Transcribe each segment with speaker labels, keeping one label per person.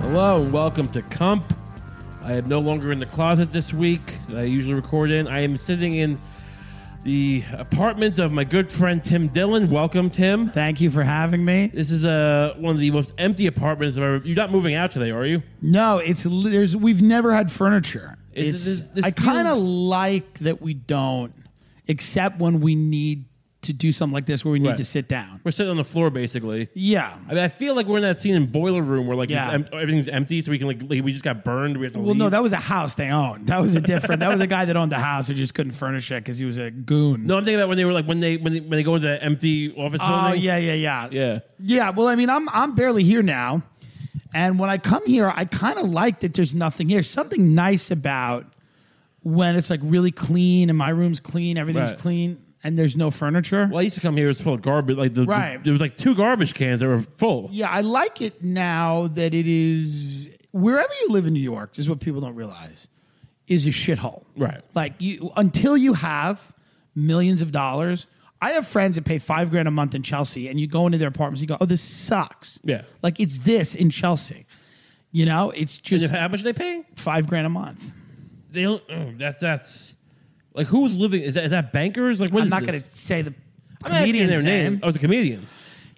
Speaker 1: Hello, welcome to Comp. I am no longer in the closet this week that I usually record in. I am sitting in the apartment of my good friend Tim Dillon. Welcome, Tim.
Speaker 2: Thank you for having me.
Speaker 1: This is uh, one of the most empty apartments I've ever. You're not moving out today, are you?
Speaker 2: No, it's li- there's we've never had furniture.
Speaker 1: It's-
Speaker 2: It's,
Speaker 1: this- this
Speaker 2: I kind of
Speaker 1: feels-
Speaker 2: like that we don't, except when we need to do something like this where we need
Speaker 1: Right.
Speaker 2: to sit down.
Speaker 1: We're sitting on the floor, basically.
Speaker 2: Yeah.
Speaker 1: I mean, I feel like we're in that scene in Boiler Room where like
Speaker 2: Yeah.
Speaker 1: it's em- everything's empty, so we can like like, we just got burned. We have to
Speaker 2: Well, no,
Speaker 1: leave.
Speaker 2: that was a house they owned. That was a different. that was a guy that owned the house who just couldn't furnish it because he was a goon.
Speaker 1: no, I'm thinking about when they were like when they when they, when they go into that empty office
Speaker 2: Oh
Speaker 1: building.
Speaker 2: yeah, yeah, yeah,
Speaker 1: Yeah.
Speaker 2: yeah. Well, I mean, I'm I'm barely here now, and when I come here, I kind of like that there's nothing here. Something nice about when it's like really clean and my room's clean, everything's
Speaker 1: Right.
Speaker 2: clean, and there's no furniture.
Speaker 1: Well, I used to come here. It was full of garbage. Like the,
Speaker 2: Right.
Speaker 1: there was like two garbage cans that were full.
Speaker 2: Yeah, I like it now that it is wherever you live in New York. This is what people don't realize is a shithole.
Speaker 1: Right.
Speaker 2: Like you until you have millions of dollars. I have friends that pay five grand a month in Chelsea, and you go into their apartments, you go, "Oh, this sucks."
Speaker 1: Yeah.
Speaker 2: Like it's this in Chelsea. You know, it's
Speaker 1: And
Speaker 2: just
Speaker 1: how much are they paying?
Speaker 2: five grand a month.
Speaker 1: They don't. Oh, that's that's like who's living? Is that is that bankers? Like what
Speaker 2: I'm
Speaker 1: is
Speaker 2: not going
Speaker 1: this?
Speaker 2: to say the
Speaker 1: I'm not asking
Speaker 2: comedian's
Speaker 1: their name.
Speaker 2: name.
Speaker 1: I was a comedian.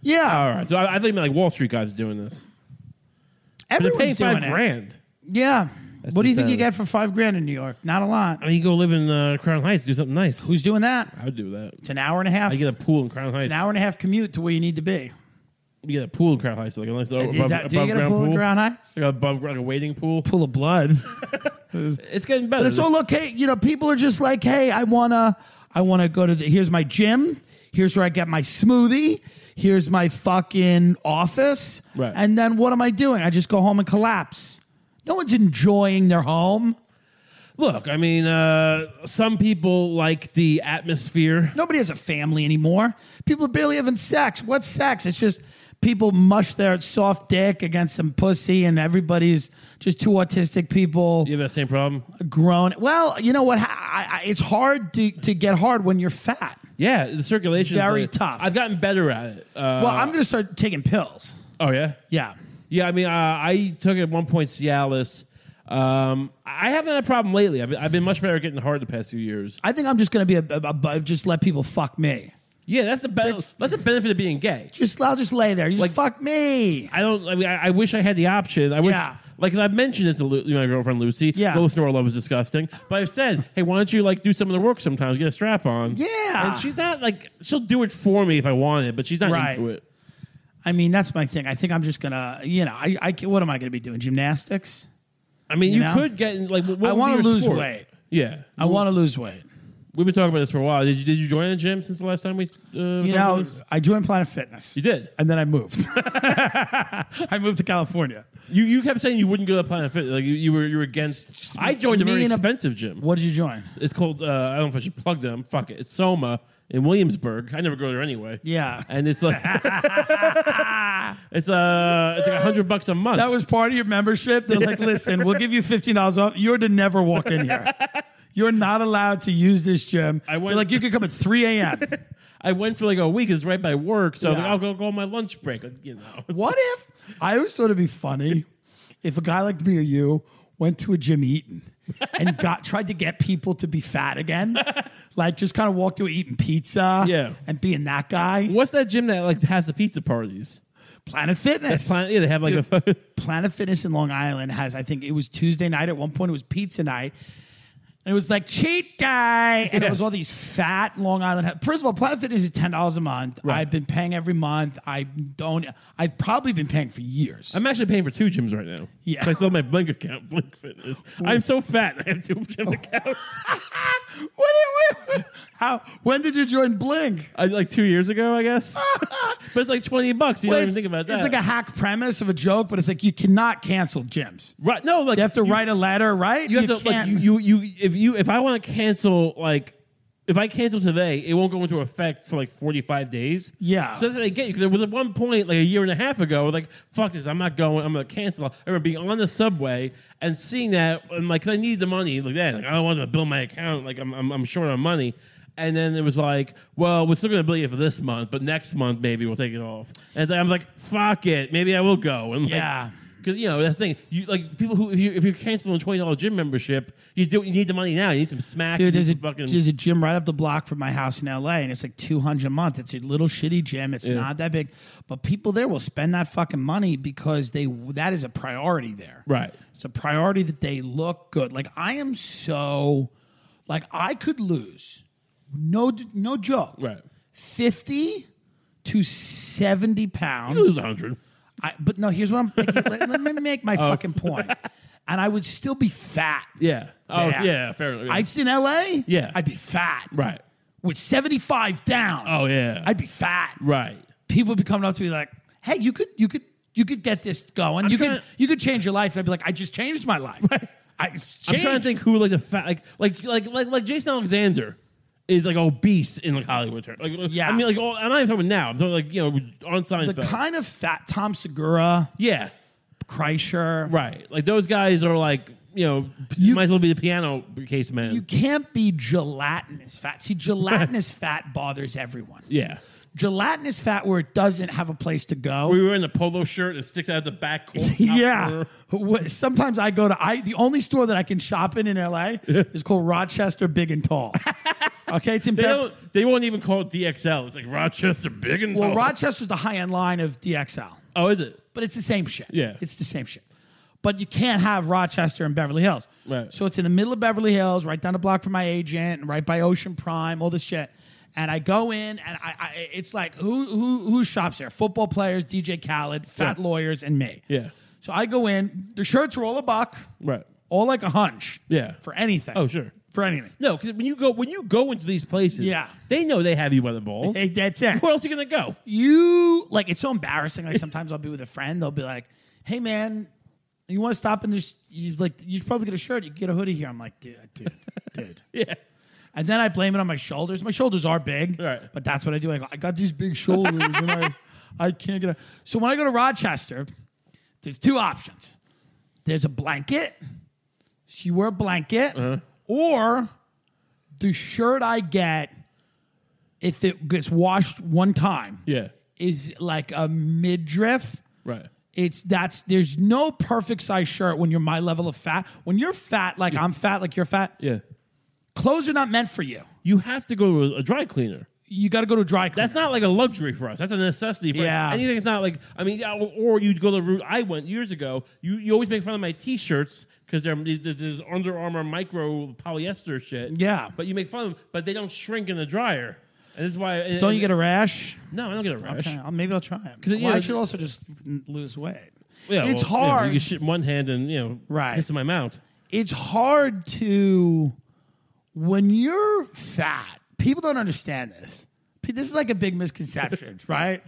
Speaker 2: Yeah,
Speaker 1: All right. So I, I think like Wall Street guys doing this. But they're paying
Speaker 2: everyone's
Speaker 1: five
Speaker 2: doing it.
Speaker 1: grand.
Speaker 2: Yeah. what do you
Speaker 1: just
Speaker 2: think you
Speaker 1: sad.
Speaker 2: get for five grand in New York? Not a lot.
Speaker 1: I mean, you go live in uh, Crown Heights, do something nice.
Speaker 2: Who's doing that?
Speaker 1: I would do that.
Speaker 2: It's an hour and a half.
Speaker 1: I get a pool in Crown Heights.
Speaker 2: an hour and a half commute to where you need to be.
Speaker 1: You get a pool in Crown Heights, like a nice above,
Speaker 2: Is that, do you
Speaker 1: above
Speaker 2: get a
Speaker 1: ground
Speaker 2: pool in Crown Heights?
Speaker 1: Like above like a waiting pool.
Speaker 2: Pool of blood.
Speaker 1: It's getting better.
Speaker 2: but it's all okay. You know, people are just like, hey, I wanna, I wanna go to the. Here's my gym. Here's where I get my smoothie. Here's my fucking office.
Speaker 1: Right.
Speaker 2: And then what am I doing? I just go home and collapse. No one's enjoying their home.
Speaker 1: Look, I mean, uh, some people like the atmosphere.
Speaker 2: Nobody has a family anymore. People are barely having sex. What's sex? It's just people mush their soft dick against some pussy, and everybody's just two autistic people.
Speaker 1: You have that same problem.
Speaker 2: grown. Well, you know what? I, I, it's hard to, to get hard when you're fat.
Speaker 1: Yeah, the circulation. is
Speaker 2: Very
Speaker 1: like-
Speaker 2: tough.
Speaker 1: I've gotten better at it. Uh,
Speaker 2: Well, I'm going to start taking pills.
Speaker 1: oh yeah,
Speaker 2: Yeah.
Speaker 1: yeah. I mean, uh, I took at one point Cialis. Um, I haven't had a problem lately. I've been, I've been much better at getting hard the past few years.
Speaker 2: I think I'm just going to be a, a- a- a- just let people fuck me.
Speaker 1: Yeah, that's the be-
Speaker 2: That's-
Speaker 1: that's, the benefit of being gay.
Speaker 2: Just I'll just lay there. You Just
Speaker 1: Like-
Speaker 2: fuck me.
Speaker 1: I don't. I mean, I, I wish I had the option. I wish,
Speaker 2: Yeah.
Speaker 1: like I've mentioned it to Lu- my girlfriend Lucy.
Speaker 2: Yeah.
Speaker 1: low snore love is disgusting. But I've said, hey, why don't you like do some of the work sometimes? Get a strap on.
Speaker 2: Yeah.
Speaker 1: and she's not like she'll do it for me if I want it, but she's not
Speaker 2: Right.
Speaker 1: into it.
Speaker 2: I mean, that's my thing. I think I'm just going to, you know, I, I ca- what am I going to be doing? Gymnastics?
Speaker 1: I mean, you,
Speaker 2: You know?
Speaker 1: could get in, like. What
Speaker 2: I
Speaker 1: want to
Speaker 2: lose weight.
Speaker 1: Yeah,
Speaker 2: I want to lose weight.
Speaker 1: We've been talking about this for a while. Did you did you join the gym since the last time we? Uh,
Speaker 2: You
Speaker 1: talked about
Speaker 2: know,
Speaker 1: this?
Speaker 2: I joined Planet Fitness.
Speaker 1: you did.
Speaker 2: And then I moved. I moved to California.
Speaker 1: You you kept saying you wouldn't go to Planet Fitness. Like you, you were you were against. I joined a
Speaker 2: me
Speaker 1: very
Speaker 2: and a-
Speaker 1: expensive gym.
Speaker 2: What did you join?
Speaker 1: It's called. Uh, I don't know if I should plug them. Fuck it. It's Soma in Williamsburg. I never go there anyway.
Speaker 2: Yeah.
Speaker 1: And it's like it's uh it's like a hundred bucks a month.
Speaker 2: That was part of your membership. They're like, listen, we'll give you fifteen dollars off. You're to never walk in here. You're not allowed to use this gym. I
Speaker 1: went-
Speaker 2: They're like, you can come at three a.m.
Speaker 1: I went for like a week. It's right by work, so
Speaker 2: Yeah.
Speaker 1: I'll go go on my lunch break. You know.
Speaker 2: what if I always thought it'd be funny if a guy like me or you went to a gym eating and got tried to get people to be fat again, like just kind of walked to eating pizza,
Speaker 1: Yeah.
Speaker 2: and being that guy.
Speaker 1: What's that gym that like has the pizza parties?
Speaker 2: Planet Fitness.
Speaker 1: Planet, yeah, they have like a.
Speaker 2: Planet Fitness in Long Island has, I think it was Tuesday night. At one point, it was pizza night. And it was like cheat day. And it was all these fat Long Island. First of all, Planet Fitness is $10 a month. I've been paying every month. I don't, I've probably been paying for years.
Speaker 1: I'm actually paying for two gyms right now.
Speaker 2: Yeah.
Speaker 1: So I still have my Blink account, Blink Fitness. I'm so fat. I have two gym
Speaker 2: Oh.
Speaker 1: accounts.
Speaker 2: Ah, What do you- what- how, when did you join Blink?
Speaker 1: I, like two years ago, I guess. but it's like 20 bucks. You
Speaker 2: Well,
Speaker 1: don't even
Speaker 2: it's-
Speaker 1: think about that.
Speaker 2: It's like a hack premise of a joke, but it's like you cannot cancel gyms.
Speaker 1: right. No, like
Speaker 2: You have to
Speaker 1: you,
Speaker 2: write a letter, right?
Speaker 1: You have to like
Speaker 2: can't-
Speaker 1: you, you you if you if I want to cancel like. If I cancel today, it won't go into effect for like 45 days.
Speaker 2: Yeah.
Speaker 1: So that's what I get you. 'Cause There was at one point, like a year and a half ago, I was like, fuck this, I'm not going, I'm going to cancel. I remember being on the subway and seeing that, and like, 'cause I need the money, like that. Like, I don't want to bill my account, like, I'm, I'm, I'm short on money. And then it was like, well, we're still going to bill you for this month, but next month maybe we'll take it off. And it's like- I'm like, fuck it, maybe I will go. And like,
Speaker 2: Yeah.
Speaker 1: Because you know that's the thing. You like people who if you if you're canceling a twenty dollar gym membership, you do you need the money now. You need some smack.
Speaker 2: Dude,
Speaker 1: you
Speaker 2: there's
Speaker 1: need
Speaker 2: a,
Speaker 1: some fucking
Speaker 2: there's a gym right up the block from my house in LA, and it's like 200 a month. It's a little shitty gym. It's not that big, but people there will spend that fucking money because they that is a priority there.
Speaker 1: right.
Speaker 2: It's a priority that they look good. Like I am so, like I could lose, no no joke,
Speaker 1: Right.
Speaker 2: Fifty to seventy pounds.
Speaker 1: It was a hundred.
Speaker 2: I, but no, here's what I'm. let, let me make my
Speaker 1: Oh.
Speaker 2: fucking point. And I would still be fat.
Speaker 1: Yeah. Oh
Speaker 2: Yeah.
Speaker 1: yeah. fair enough. Yeah.
Speaker 2: I'd in L.A.
Speaker 1: Yeah.
Speaker 2: I'd be fat.
Speaker 1: right.
Speaker 2: With seventy five down.
Speaker 1: Oh yeah.
Speaker 2: I'd be fat.
Speaker 1: right.
Speaker 2: People would be coming up to me like, "Hey, you could, you could, you could get this going. you
Speaker 1: trying-
Speaker 2: could, you could change your life." And I'd be like, "I just changed my life. I changed.
Speaker 1: I'm trying to think who like the fat like like like like like Jason Alexander is like obese in like Hollywood terms. Like
Speaker 2: Yeah.
Speaker 1: I mean like all, I'm not even talking about now. I'm talking like you know on
Speaker 2: the
Speaker 1: Seinfeld.
Speaker 2: kind of fat Tom Segura,
Speaker 1: yeah.
Speaker 2: Kreischer.
Speaker 1: Right. Like those guys are like you know
Speaker 2: You-
Speaker 1: might as well be the piano case man.
Speaker 2: You can't be gelatinous fat. See, gelatinous fat bothers everyone.
Speaker 1: yeah.
Speaker 2: Gelatinous fat where it doesn't have a place to go.
Speaker 1: We were in the polo shirt that sticks out the back. cor- top
Speaker 2: yeah.
Speaker 1: corner.
Speaker 2: What- Sometimes I go to I the only store that I can shop in in LA is called Rochester Big and Tall. Okay, it's in
Speaker 1: They
Speaker 2: Bev-
Speaker 1: don't. They won't even call it DXL. It's like Rochester Big and
Speaker 2: Well,
Speaker 1: Tall.
Speaker 2: Rochester's the high end line of DXL,
Speaker 1: Oh, is it?
Speaker 2: but it's the same shit.
Speaker 1: Yeah.
Speaker 2: it's the same shit. But you can't have Rochester and Beverly Hills.
Speaker 1: Right.
Speaker 2: So it's in the middle of Beverly Hills, right down the block from my agent, and right by Ocean Prime, all this shit. And I go in, and I, I it's like who who who shops there? Football players, DJ Khaled, fat
Speaker 1: Yeah.
Speaker 2: lawyers, and me.
Speaker 1: Yeah.
Speaker 2: So I go in. The shirts are all a buck.
Speaker 1: Right.
Speaker 2: all like a hunch.
Speaker 1: Yeah.
Speaker 2: For anything.
Speaker 1: Oh, sure.
Speaker 2: For anything.
Speaker 1: No, because when you go when you go into these places,
Speaker 2: Yeah.
Speaker 1: they know they have you by the balls.
Speaker 2: Hey, that's it.
Speaker 1: Where else are you gonna go?
Speaker 2: You like it's so embarrassing. Like sometimes I'll be with a friend, they'll be like, "Hey man, you want to stop in this? You like you probably get a shirt. You can get a hoodie here." I'm like, dude, dude, dude.
Speaker 1: Yeah.
Speaker 2: And then I blame it on my shoulders. My shoulders are big,
Speaker 1: Right.
Speaker 2: but that's what I do. I go, I got these big shoulders, and I, I can't get. A... So when I go to Rochester, there's two options. There's a blanket. So you wear a blanket,
Speaker 1: Uh-huh.
Speaker 2: or the shirt I get if it gets washed one time
Speaker 1: Yeah.
Speaker 2: is like a midriff.
Speaker 1: Right.
Speaker 2: It's that's there's no perfect size shirt when you're my level of fat. When you're fat, like I'm fat, like you're fat.
Speaker 1: Yeah.
Speaker 2: Clothes are not meant for you.
Speaker 1: You have to go to a dry cleaner.
Speaker 2: You got to go to a dry cleaner.
Speaker 1: That's not like a luxury for us. That's a necessity for
Speaker 2: Yeah.
Speaker 1: anything. It's not like I mean, yeah, or- or you'd go the route I went years ago. You you always make fun of my T-shirts because they're these- there's Under Armour micro polyester shit.
Speaker 2: Yeah.
Speaker 1: but you make fun of them, but they don't shrink in the dryer, and this is why. and-
Speaker 2: Don't you get a rash?
Speaker 1: No, I don't get a rash.
Speaker 2: Okay, I'll- uh, maybe I'll try it.
Speaker 1: you
Speaker 2: well, I
Speaker 1: know-
Speaker 2: should also just n- lose weight.
Speaker 1: Yeah,
Speaker 2: it's
Speaker 1: well, you know,
Speaker 2: hard.
Speaker 1: you can shit in one hand and you know,
Speaker 2: Right.
Speaker 1: piss in my mouth.
Speaker 2: it's hard to when you're fat. People don't understand this. P- This is like a big misconception, right?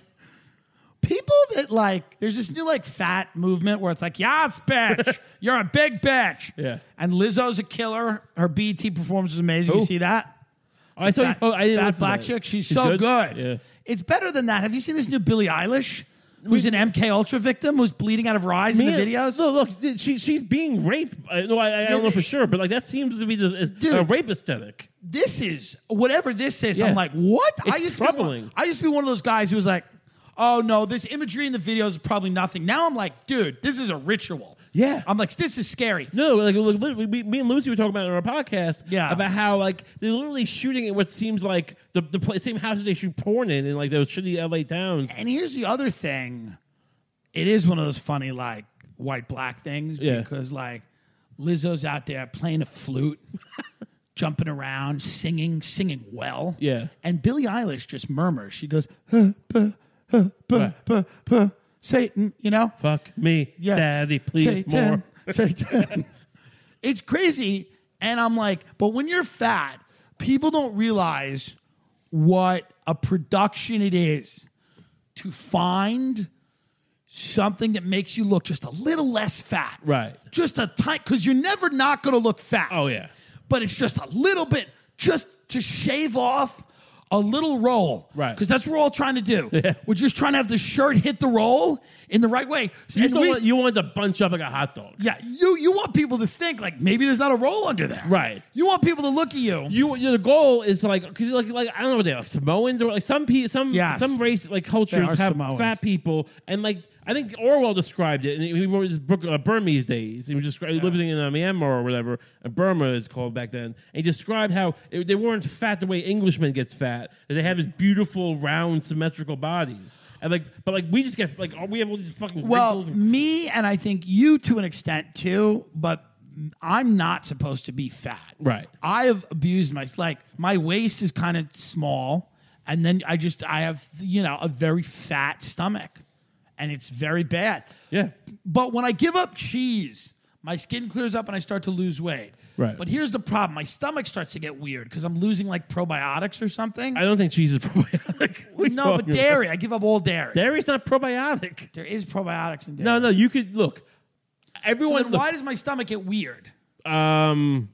Speaker 2: People that like, there's this new like fat movement where it's like, yeah, it's bitch, you're a big bitch.
Speaker 1: Yeah.
Speaker 2: And Lizzo's a killer. Her BT performance was amazing. You
Speaker 1: Who?
Speaker 2: see that?
Speaker 1: Oh, I saw you.
Speaker 2: Fat-
Speaker 1: Oh, I didn't listen
Speaker 2: fat
Speaker 1: to
Speaker 2: black
Speaker 1: that.
Speaker 2: chick. She's, so good.
Speaker 1: Yeah.
Speaker 2: It's better than that. Have you seen this new Billie Eilish, who's an MK Ultra victim, who's bleeding out of her eyes in the
Speaker 1: Man,
Speaker 2: videos?
Speaker 1: No, look, dude, she, she's being raped. I, no, I, I don't know for sure, but like that seems to be the, a
Speaker 2: Dude.
Speaker 1: rape aesthetic.
Speaker 2: This is whatever this is.
Speaker 1: Yeah.
Speaker 2: I'm like, what? I
Speaker 1: It's
Speaker 2: used To be
Speaker 1: troubling.
Speaker 2: one, I used to be one of those guys who was like, oh no, this imagery in the videos is probably nothing. Now I'm like, dude, this is a ritual.
Speaker 1: Yeah.
Speaker 2: I'm like, this is scary.
Speaker 1: No, like look, literally, we, me and Lucy were talking about it on our podcast
Speaker 2: Yeah.
Speaker 1: about how like they're literally shooting in what seems like the the pla same houses they shoot porn in in like those shitty L.A. towns.
Speaker 2: And here's the other thing. It is one of those funny like white black things
Speaker 1: Yeah.
Speaker 2: because like Lizzo's out there playing a flute, jumping around, singing, singing well.
Speaker 1: Yeah.
Speaker 2: And Billie Eilish just murmurs. She goes, huh, puh, huh, puh,
Speaker 1: Right.
Speaker 2: puh, puh, Satan, you know?
Speaker 1: Fuck me,
Speaker 2: Yes.
Speaker 1: daddy, please
Speaker 2: Satan,
Speaker 1: more.
Speaker 2: Satan. it's crazy. And I'm like, but when you're fat, people don't realize what a production it is to find something that makes you look just a little less fat.
Speaker 1: Right.
Speaker 2: Just a tight, because you're never not going to look fat.
Speaker 1: Oh yeah,
Speaker 2: But it's just a little bit, just to shave off a little roll.
Speaker 1: Right.
Speaker 2: Because that's what we're all trying to do. We're just trying to have the shirt hit the roll in the right way.
Speaker 1: you,
Speaker 2: And
Speaker 1: don't
Speaker 2: we-
Speaker 1: want, you want to bunch up like a hot dog.
Speaker 2: yeah, you you want people to think like maybe there's not a roll under there.
Speaker 1: Right.
Speaker 2: You want people to look at you.
Speaker 1: you you- the goal is to like because like like I don't know what they are, like Samoans or like some pe- some
Speaker 2: Yes.
Speaker 1: some race like cultures
Speaker 2: are
Speaker 1: have
Speaker 2: Samoans.
Speaker 1: fat people and like I think Orwell described it, and he wrote his book uh, Burmese Days. He was describing living in uh, Myanmar or whatever, uh, Burma it's called back then. And he described how it, they weren't fat the way Englishmen get fat. That they have these beautiful, round, symmetrical bodies, and like, but like we just get like all- we have all these fucking
Speaker 2: Well,
Speaker 1: wrinkles and
Speaker 2: me and I think you to an extent too, but I'm not supposed to be fat.
Speaker 1: Right.
Speaker 2: I have abused my like my waist is kind of small, and then I just I have you know a very fat stomach, and it's very bad.
Speaker 1: yeah,
Speaker 2: But when I give up cheese, my skin clears up and I start to lose weight.
Speaker 1: Right.
Speaker 2: But here's the problem: my stomach starts to get weird because I'm losing like probiotics or something.
Speaker 1: I don't think cheese is probiotic. What are you
Speaker 2: no, but
Speaker 1: talking about?
Speaker 2: dairy. I give up all dairy.
Speaker 1: dairy's not probiotic.
Speaker 2: There is probiotics in dairy.
Speaker 1: No, no, you could look.
Speaker 2: So
Speaker 1: Everyone,
Speaker 2: then why does my stomach get weird?
Speaker 1: Um,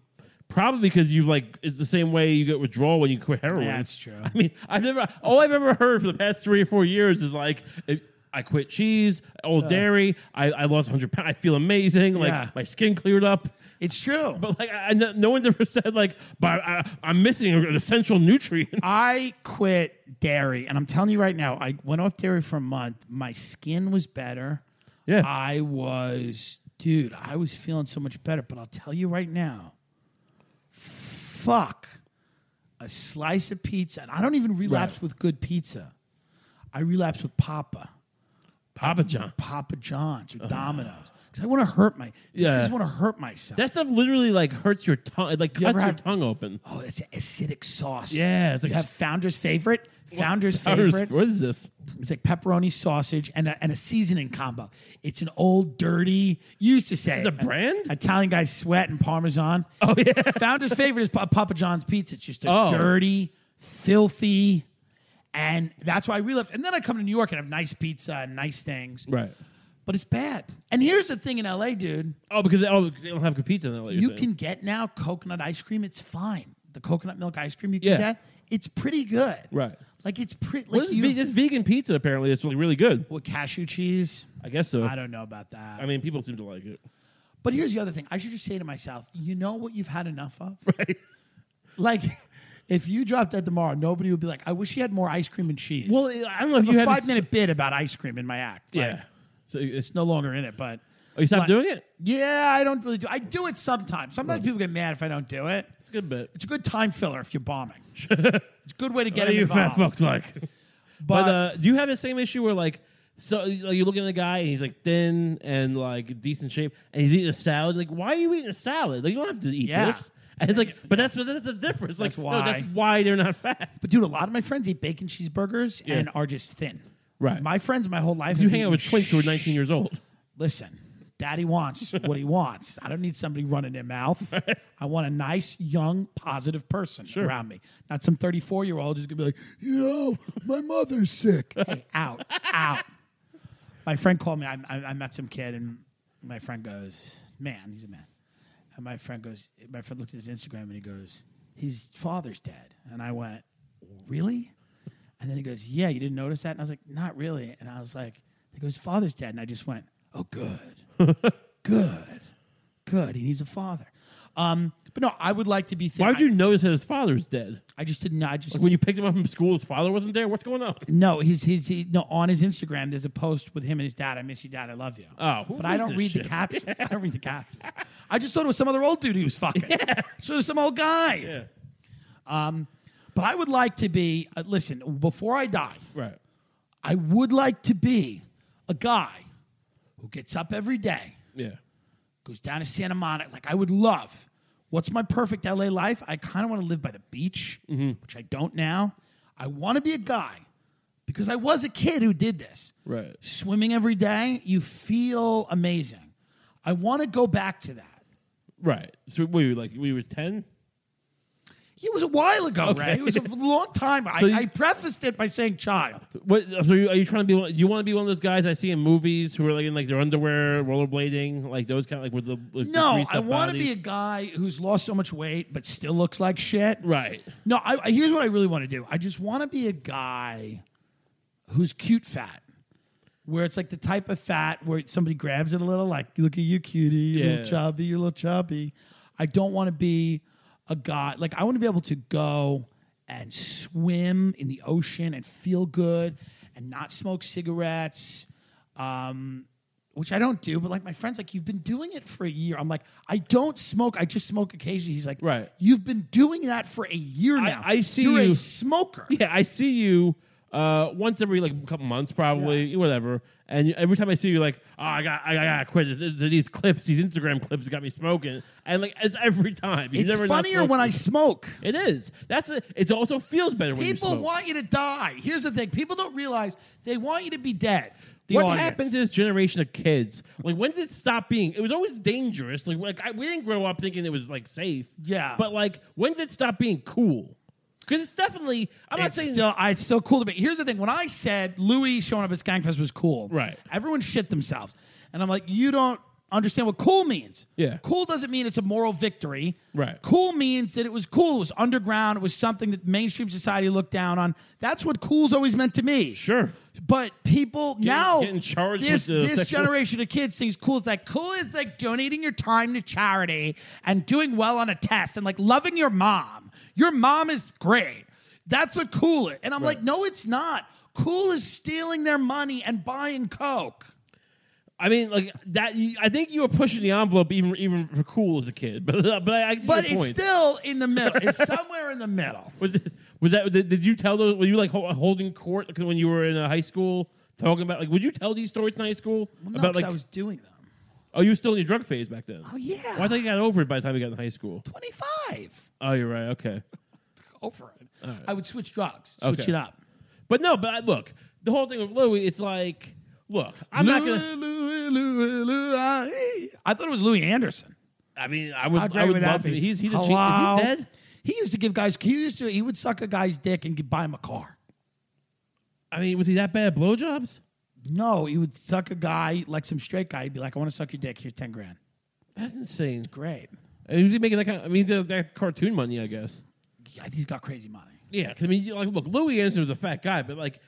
Speaker 1: probably because you like it's the same way you get withdrawal when you quit heroin.
Speaker 2: Yeah, that's true.
Speaker 1: I mean, I've never all I've ever heard for the past three or four years is like. It, I quit cheese, all dairy. I, I lost 100 pounds. I feel amazing. Like
Speaker 2: Yeah.
Speaker 1: my skin cleared up.
Speaker 2: It's true.
Speaker 1: But like, I, I- no no one's ever said like, but I, I'm missing an essential nutrient.
Speaker 2: I quit dairy, and I'm telling you right now, I went off dairy for a month. My skin was better.
Speaker 1: Yeah.
Speaker 2: I was, dude, I was feeling so much better. But I'll tell you right now, fuck a slice of pizza. And I don't even relapse
Speaker 1: Right.
Speaker 2: with good pizza. I relapse with Papa,
Speaker 1: Papa John. Uh-huh.
Speaker 2: Papa John's, or Domino's, because I want to hurt my. Yeah.
Speaker 1: Yeah.
Speaker 2: I just want to hurt myself.
Speaker 1: That stuff literally like hurts your tongue. It like
Speaker 2: You
Speaker 1: cuts
Speaker 2: ever
Speaker 1: your
Speaker 2: have-
Speaker 1: tongue open.
Speaker 2: oh, it's an acidic sauce.
Speaker 1: Yeah, it's
Speaker 2: you
Speaker 1: like-
Speaker 2: have founder's favorite. Founder's
Speaker 1: How is-
Speaker 2: favorite.
Speaker 1: What is this?
Speaker 2: It's like pepperoni sausage and a, and a seasoning combo. It's an old dirty. You used to say
Speaker 1: It's a brand?
Speaker 2: Italian guy sweat and parmesan. Oh yeah. Founder's favorite is Pa- Papa John's pizza. It's just a
Speaker 1: Oh.
Speaker 2: dirty, filthy, and that's why I relapsed. And then I come to New York and have nice pizza and nice things,
Speaker 1: Right.
Speaker 2: but it's bad. And here's the thing in LA, dude.
Speaker 1: Oh, because they, oh, they don't have good pizza. Now,
Speaker 2: You can get now coconut ice cream. It's fine. The coconut milk ice cream you can
Speaker 1: Yeah.
Speaker 2: get, it's pretty good.
Speaker 1: Right.
Speaker 2: Like it's pretty.
Speaker 1: What
Speaker 2: Like
Speaker 1: is
Speaker 2: you,
Speaker 1: ve- this vegan pizza? Apparently, it's really, really good.
Speaker 2: with cashew cheese.
Speaker 1: I guess so.
Speaker 2: I
Speaker 1: I,
Speaker 2: don't know about that.
Speaker 1: mean, people seem to like it.
Speaker 2: But here's the other thing. I should just say to myself, you know what you've had enough of? Right. Like, if you dropped that tomorrow, nobody would be like, I wish you had more ice cream and cheese.
Speaker 1: Well, I don't know
Speaker 2: I
Speaker 1: if
Speaker 2: have
Speaker 1: you
Speaker 2: a
Speaker 1: had
Speaker 2: five minute bit about ice cream in my act. Like,
Speaker 1: yeah. So it's
Speaker 2: It's no longer in it, but.
Speaker 1: oh, you stopped
Speaker 2: Like-
Speaker 1: doing it.
Speaker 2: Yeah, I don't really do I do it sometimes. Sometimes people get mad if I don't do it.
Speaker 1: It's a good bit.
Speaker 2: It's a good time filler if you're bombing. it's a good way to get
Speaker 1: What are you fat
Speaker 2: involved.
Speaker 1: fucks like? But,
Speaker 2: But,
Speaker 1: uh, do you have the same issue where like, so like, you look at the guy and he's like thin and like decent shape, and he's eating a salad. Like, why are you eating a salad? Like, you don't have to eat
Speaker 2: Yeah.
Speaker 1: this. And it's like, but that's that's the difference. Like,
Speaker 2: That's
Speaker 1: no, that's
Speaker 2: why.
Speaker 1: why they're not fat.
Speaker 2: but dude, a lot of my friends eat bacon cheeseburgers
Speaker 1: Yeah.
Speaker 2: and are just thin.
Speaker 1: Right.
Speaker 2: My friends my whole life.
Speaker 1: You
Speaker 2: have
Speaker 1: hang out
Speaker 2: eaten
Speaker 1: with twins who are 19 years old.
Speaker 2: listen, daddy wants what he wants. I don't need somebody running their mouth. I want a nice, young, positive person around me. Not some 34 year old who's going to be like, you know, my mother's sick. hey, out, out. My friend called me. I, I, I met some kid, and my friend goes, man, he's a man. And my friend goes, my friend looked at his Instagram and he goes, his father's dead. And I went, really? And then he goes, yeah, you didn't notice that? And I was like, not really. And I was like, he goes, father's dead. And I just went, oh, good, good, good. He needs a father. Um, but no, I would like to be. Thin.
Speaker 1: Why would
Speaker 2: I-
Speaker 1: you notice that his father's dead?
Speaker 2: I, just didn't. I just
Speaker 1: When you picked him up from school, his father wasn't there. What's going on?
Speaker 2: no. He's he's he, no on his Instagram. There's a post with him and his dad. I miss you, dad. I love you.
Speaker 1: Oh, who
Speaker 2: but I
Speaker 1: reads
Speaker 2: don't
Speaker 1: this
Speaker 2: read
Speaker 1: shit?
Speaker 2: the captions. I don't read the captions. I just thought it was some other old dude he was fucking. So it was some old guy. Um, but I would like to be. Uh, listen, before I die,
Speaker 1: Right.
Speaker 2: I would like to be a guy who gets up every day,
Speaker 1: Yeah.
Speaker 2: goes down to Santa Monica. Like, I would love. What's my perfect LA life? I kind of want to live by the beach,
Speaker 1: Mm-hmm.
Speaker 2: which I don't now. I want to be a guy because I was a kid who did this.
Speaker 1: Right.
Speaker 2: Swimming every day, you feel amazing. I want to go back to that.
Speaker 1: Right. So we were like we were ten.
Speaker 2: It was a while ago,
Speaker 1: Okay.
Speaker 2: Ray. It was a long time. I,
Speaker 1: So you-
Speaker 2: I prefaced it by saying child.
Speaker 1: What? So you, are you trying to be? One, you want to be one of those guys I see in movies who are like in like their underwear, rollerblading, like those kind of like with the with
Speaker 2: No,
Speaker 1: the
Speaker 2: I want to be a guy who's lost so much weight but still looks like shit.
Speaker 1: right.
Speaker 2: No, I, I- here's what I really want to do. I just want to be a guy who's cute fat, where it's like the type of fat where somebody grabs it a little, like, look at you, cutie, you're a
Speaker 1: Yeah.
Speaker 2: little chubby, you're a little chubby. I don't want to be a guy, like, I want to be able to go and swim in the ocean and feel good and not smoke cigarettes. um, which I don't do. But like my friends, like you've been doing it for a year. I'm like, I don't smoke. I just smoke occasionally. He's like,
Speaker 1: Right.
Speaker 2: You've been doing that for a year
Speaker 1: I-
Speaker 2: now.
Speaker 1: I see
Speaker 2: You're
Speaker 1: you-
Speaker 2: a smoker.
Speaker 1: Yeah, I see you uh, once every like couple months, probably whatever. And you- every time I see you, like, oh, I got, I, I gotta quit. This, this- these clips, these Instagram clips, got me smoking. And like, it's every time. You
Speaker 2: It's
Speaker 1: never not
Speaker 2: funnier when I
Speaker 1: smoking.
Speaker 2: smoke.
Speaker 1: It is. That's a, it. Also feels better when you
Speaker 2: People
Speaker 1: smoke.
Speaker 2: want you to die. Here's the thing: people don't realize they want you to be dead. The
Speaker 1: what
Speaker 2: audience.
Speaker 1: happened to this generation of kids? Like, when did it stop being? It was always dangerous. Like, like I, we didn't grow up thinking it was like safe.
Speaker 2: Yeah.
Speaker 1: But like, when did it stop being cool? Because it's definitely. I'm not
Speaker 2: It's
Speaker 1: saying
Speaker 2: still, I, it's still cool to be. Here's the thing: when I said Louis showing up at Skankfest was cool,
Speaker 1: Right.
Speaker 2: Everyone shit themselves, and I'm like, you don't understand what cool means.
Speaker 1: Yeah.
Speaker 2: cool doesn't mean it's a moral victory.
Speaker 1: Right.
Speaker 2: cool means that it was cool, it was underground, it was something that mainstream society looked down on. That's what cool's always meant to me.
Speaker 1: sure.
Speaker 2: But people now
Speaker 1: getting charged
Speaker 2: this
Speaker 1: with the
Speaker 2: this
Speaker 1: sexual-
Speaker 2: generation of kids thinks cool is like cool is like donating your time to charity and doing well on a test and like loving your mom. Your mom is great. That's what cool is. And I'm like, no, it's not. Cool is stealing their money and buying coke.
Speaker 1: I mean, like that. I think you were pushing the envelope even even for cool as a kid, but but I, I get
Speaker 2: But
Speaker 1: your
Speaker 2: it's
Speaker 1: point.
Speaker 2: still in the middle. It's somewhere in the middle.
Speaker 1: was, it- was that did, did you tell those? Were you like ho- holding court like, when you were in uh, high school talking about like? Would you tell these stories in high school
Speaker 2: No,
Speaker 1: about
Speaker 2: 'cause
Speaker 1: like?
Speaker 2: I was doing them.
Speaker 1: oh, you were still in your drug phase back then.
Speaker 2: Oh, yeah.
Speaker 1: Well, I thought you got over it by the time you got in high school.
Speaker 2: 25.
Speaker 1: Oh, you're right. Okay,
Speaker 2: Over it. I would switch drugs, switch
Speaker 1: Okay.
Speaker 2: it up.
Speaker 1: but no, but I, look, the whole thing with Louis, it's like, look, I'm not gonna.
Speaker 2: Louis, Louis, Louis. I thought it was Louis Anderson.
Speaker 1: I mean, I would.
Speaker 2: How great
Speaker 1: I would
Speaker 2: would that
Speaker 1: love to.
Speaker 2: be?
Speaker 1: He's he's a cheat. Is he
Speaker 2: Hello?
Speaker 1: dead?
Speaker 2: He used to give guys. He used to. He would suck a guy's dick and get, buy him a car.
Speaker 1: I mean, was he that bad at blowjobs?
Speaker 2: No, he would suck a guy like some straight guy. He'd be like, "I want to suck your dick. Here's ten grand."
Speaker 1: That's insane.
Speaker 2: Great.
Speaker 1: Who's he making that kind? Of, I mean, he's got that cartoon money, I guess.
Speaker 2: Yeah, he's got crazy money.
Speaker 1: Yeah, 'cause I mean, you- like, look, Louis Anderson was a fat guy, but like,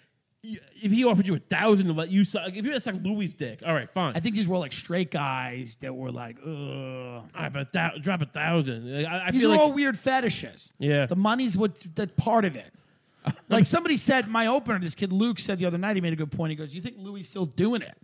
Speaker 1: y- if he offered you a thousand to let you suck, if you had sucked Louis' dick, all right, fine.
Speaker 2: I think these were like straight guys that were like, ugh.
Speaker 1: all right, but that, drop a thousand. Like, I, I
Speaker 2: These
Speaker 1: feel
Speaker 2: are
Speaker 1: like
Speaker 2: all weird fetishes.
Speaker 1: Yeah.
Speaker 2: The money's what that part of it. like somebody said, my opener, this kid Luke said the other night, he made a good point. He goes, You think Louis still doing it?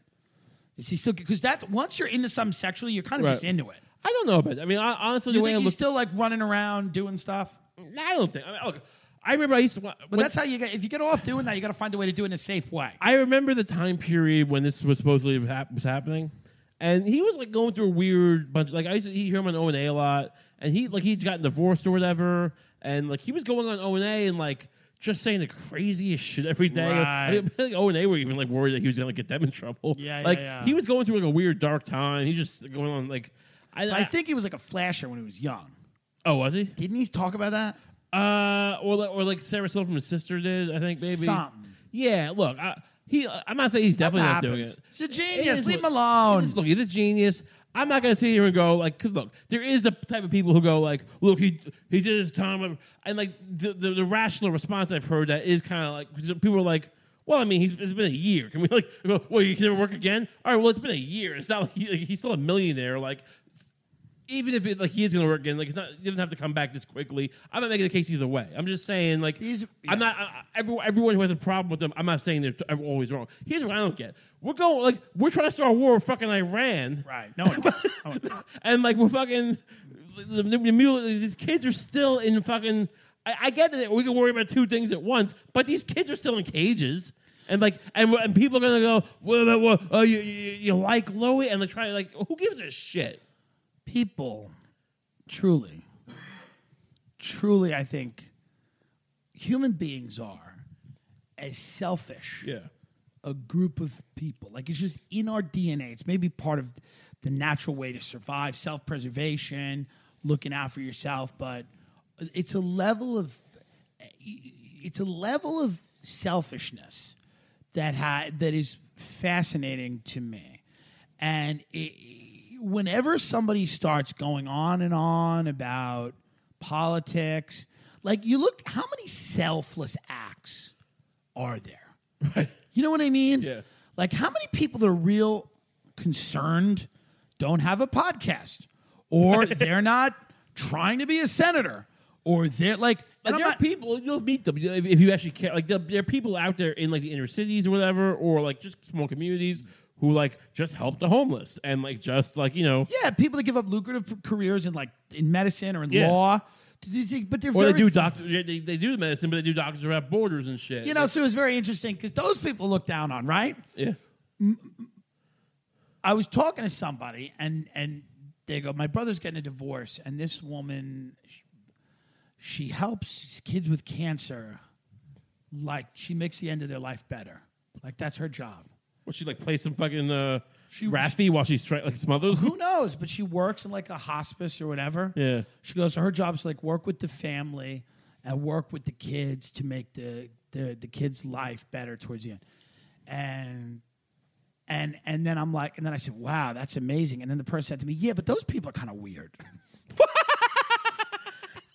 Speaker 2: Is he still because that once you're into something sexually, you're kind of
Speaker 1: Right.
Speaker 2: just into it.
Speaker 1: I don't know, but I mean, I, honestly,
Speaker 2: You
Speaker 1: the way
Speaker 2: think
Speaker 1: I
Speaker 2: he's
Speaker 1: look,
Speaker 2: still like running around doing stuff?
Speaker 1: Nah, I don't think. I, mean, look, I remember I used to. But
Speaker 2: But that's how you get. If you get off doing that, you got to find a way to do it in a safe way.
Speaker 1: I remember the time period when this was supposedly hap- was happening, and he was like going through a weird bunch. Like I used to hear him on O and A a lot, and he like he'd gotten divorced or whatever, and like he was going on O and A and like just saying the craziest shit every day.
Speaker 2: Right.
Speaker 1: I think O and A were even like worried that he was gonna get them in trouble.
Speaker 2: Yeah, yeah,
Speaker 1: like
Speaker 2: yeah.
Speaker 1: he was going through like a weird dark time. He just going on like, I,
Speaker 2: I think he was like a flasher when he was young.
Speaker 1: Oh, was he?
Speaker 2: Didn't he talk about that?
Speaker 1: Uh, or like, or like Sarah Silverman's sister did. I think maybe
Speaker 2: Something.
Speaker 1: Yeah, look, I, he. I'm not saying he's definitely not doing
Speaker 2: happens.
Speaker 1: it.
Speaker 2: He's a genius.
Speaker 1: is
Speaker 2: Leave
Speaker 1: what-
Speaker 2: him alone.
Speaker 1: it is- Look, he's a genius. I'm not gonna sit here and go like, 'cause look, there is the type of people who go like, look, he he did his time, and like the the, the rational response I've heard that is kind of like 'cause people are like. Well, I mean, he's, it's been a year. Can we like, go, well, you can never work again? All right, well, it's been a year. It's not like, he, like he's still a millionaire. Like, even if it, like he is going to work again, like it's not he doesn't have to come back this quickly. I'm not making the case either way. I'm just saying like
Speaker 2: These-
Speaker 1: I'm not I, I- everyone, everyone who has a problem with them. I'm not saying they're t- are always wrong. Here's what I don't get: we're going like we're trying to start a war with fucking Iran,
Speaker 2: Right. No one. knows. No one knows.
Speaker 1: and like we're fucking the, the, the mule- these kids are still in fucking. I, I get that we can worry about two things at once, but these kids are still in cages. And like, and, we're- and people are gonna go, well, well, well oh, you, you, you like Louis, and like, try like, who gives a shit?
Speaker 2: people truly truly i think human beings are as selfish
Speaker 1: Yeah.
Speaker 2: a group of people like it's just in our dna it's maybe part of the natural way to survive self-preservation looking out for yourself but it's a level of it's a level of selfishness that ha- that is fascinating to me, and it, whenever somebody starts going on and on about politics, like you look, how many selfless acts are there? You know what I mean?
Speaker 1: Yeah.
Speaker 2: Like how many people that are real concerned don't have a podcast or they're not trying to be a senator or they're like
Speaker 1: Like,
Speaker 2: And I'm
Speaker 1: there are
Speaker 2: not-
Speaker 1: people you'll meet them you know, if, if you actually care. Like there, there are people out there in like the inner cities or whatever, or like just small communities who like just help the homeless and like just like you know,
Speaker 2: yeah, people that give up lucrative careers in like in medicine or in
Speaker 1: Yeah.
Speaker 2: law, These things- but they're
Speaker 1: or
Speaker 2: very
Speaker 1: they do doctor they, they do medicine, but they do doctors without borders and shit.
Speaker 2: You know, so it was very interesting because those people look down on, right?
Speaker 1: yeah,
Speaker 2: I was talking to somebody and and they go, my brother's getting a divorce, and this woman, sh- she helps kids with cancer, like she makes the end of their life better, like that's her job.
Speaker 1: what she like play some fucking uh,
Speaker 2: She-
Speaker 1: Raffy while she stri- like smothers.
Speaker 2: Who knows? But she works in like a hospice or whatever.
Speaker 1: Yeah.
Speaker 2: She goes, so her job's like work with the family and work with the kids to make the the, the kids' life better towards the end. And and and then I'm like, and then I said, wow, that's amazing. And then the person said to me, yeah, but those people are kind of weird. they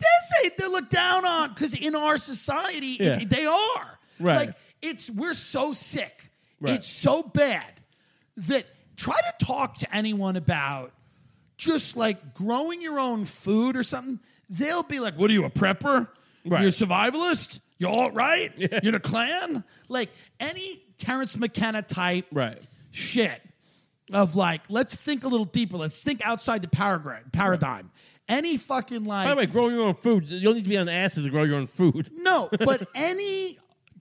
Speaker 2: say they look down on because in our society it-
Speaker 1: Yeah.
Speaker 2: they are
Speaker 1: Right.
Speaker 2: Like it's we're so sick.
Speaker 1: Right.
Speaker 2: It's so bad that try to talk to anyone about just like growing your own food or something. They'll be like, "What are you, a prepper?
Speaker 1: Right.
Speaker 2: You're a survivalist? You're all right? You're in a clan?" Like any Terrence McKenna type
Speaker 1: Right.
Speaker 2: shit of like, let's think a little deeper. Let's think outside the paragra- paradigm. Any fucking like
Speaker 1: By the way, growing your own food, you don't need to be on acid to grow your own food.
Speaker 2: No, but any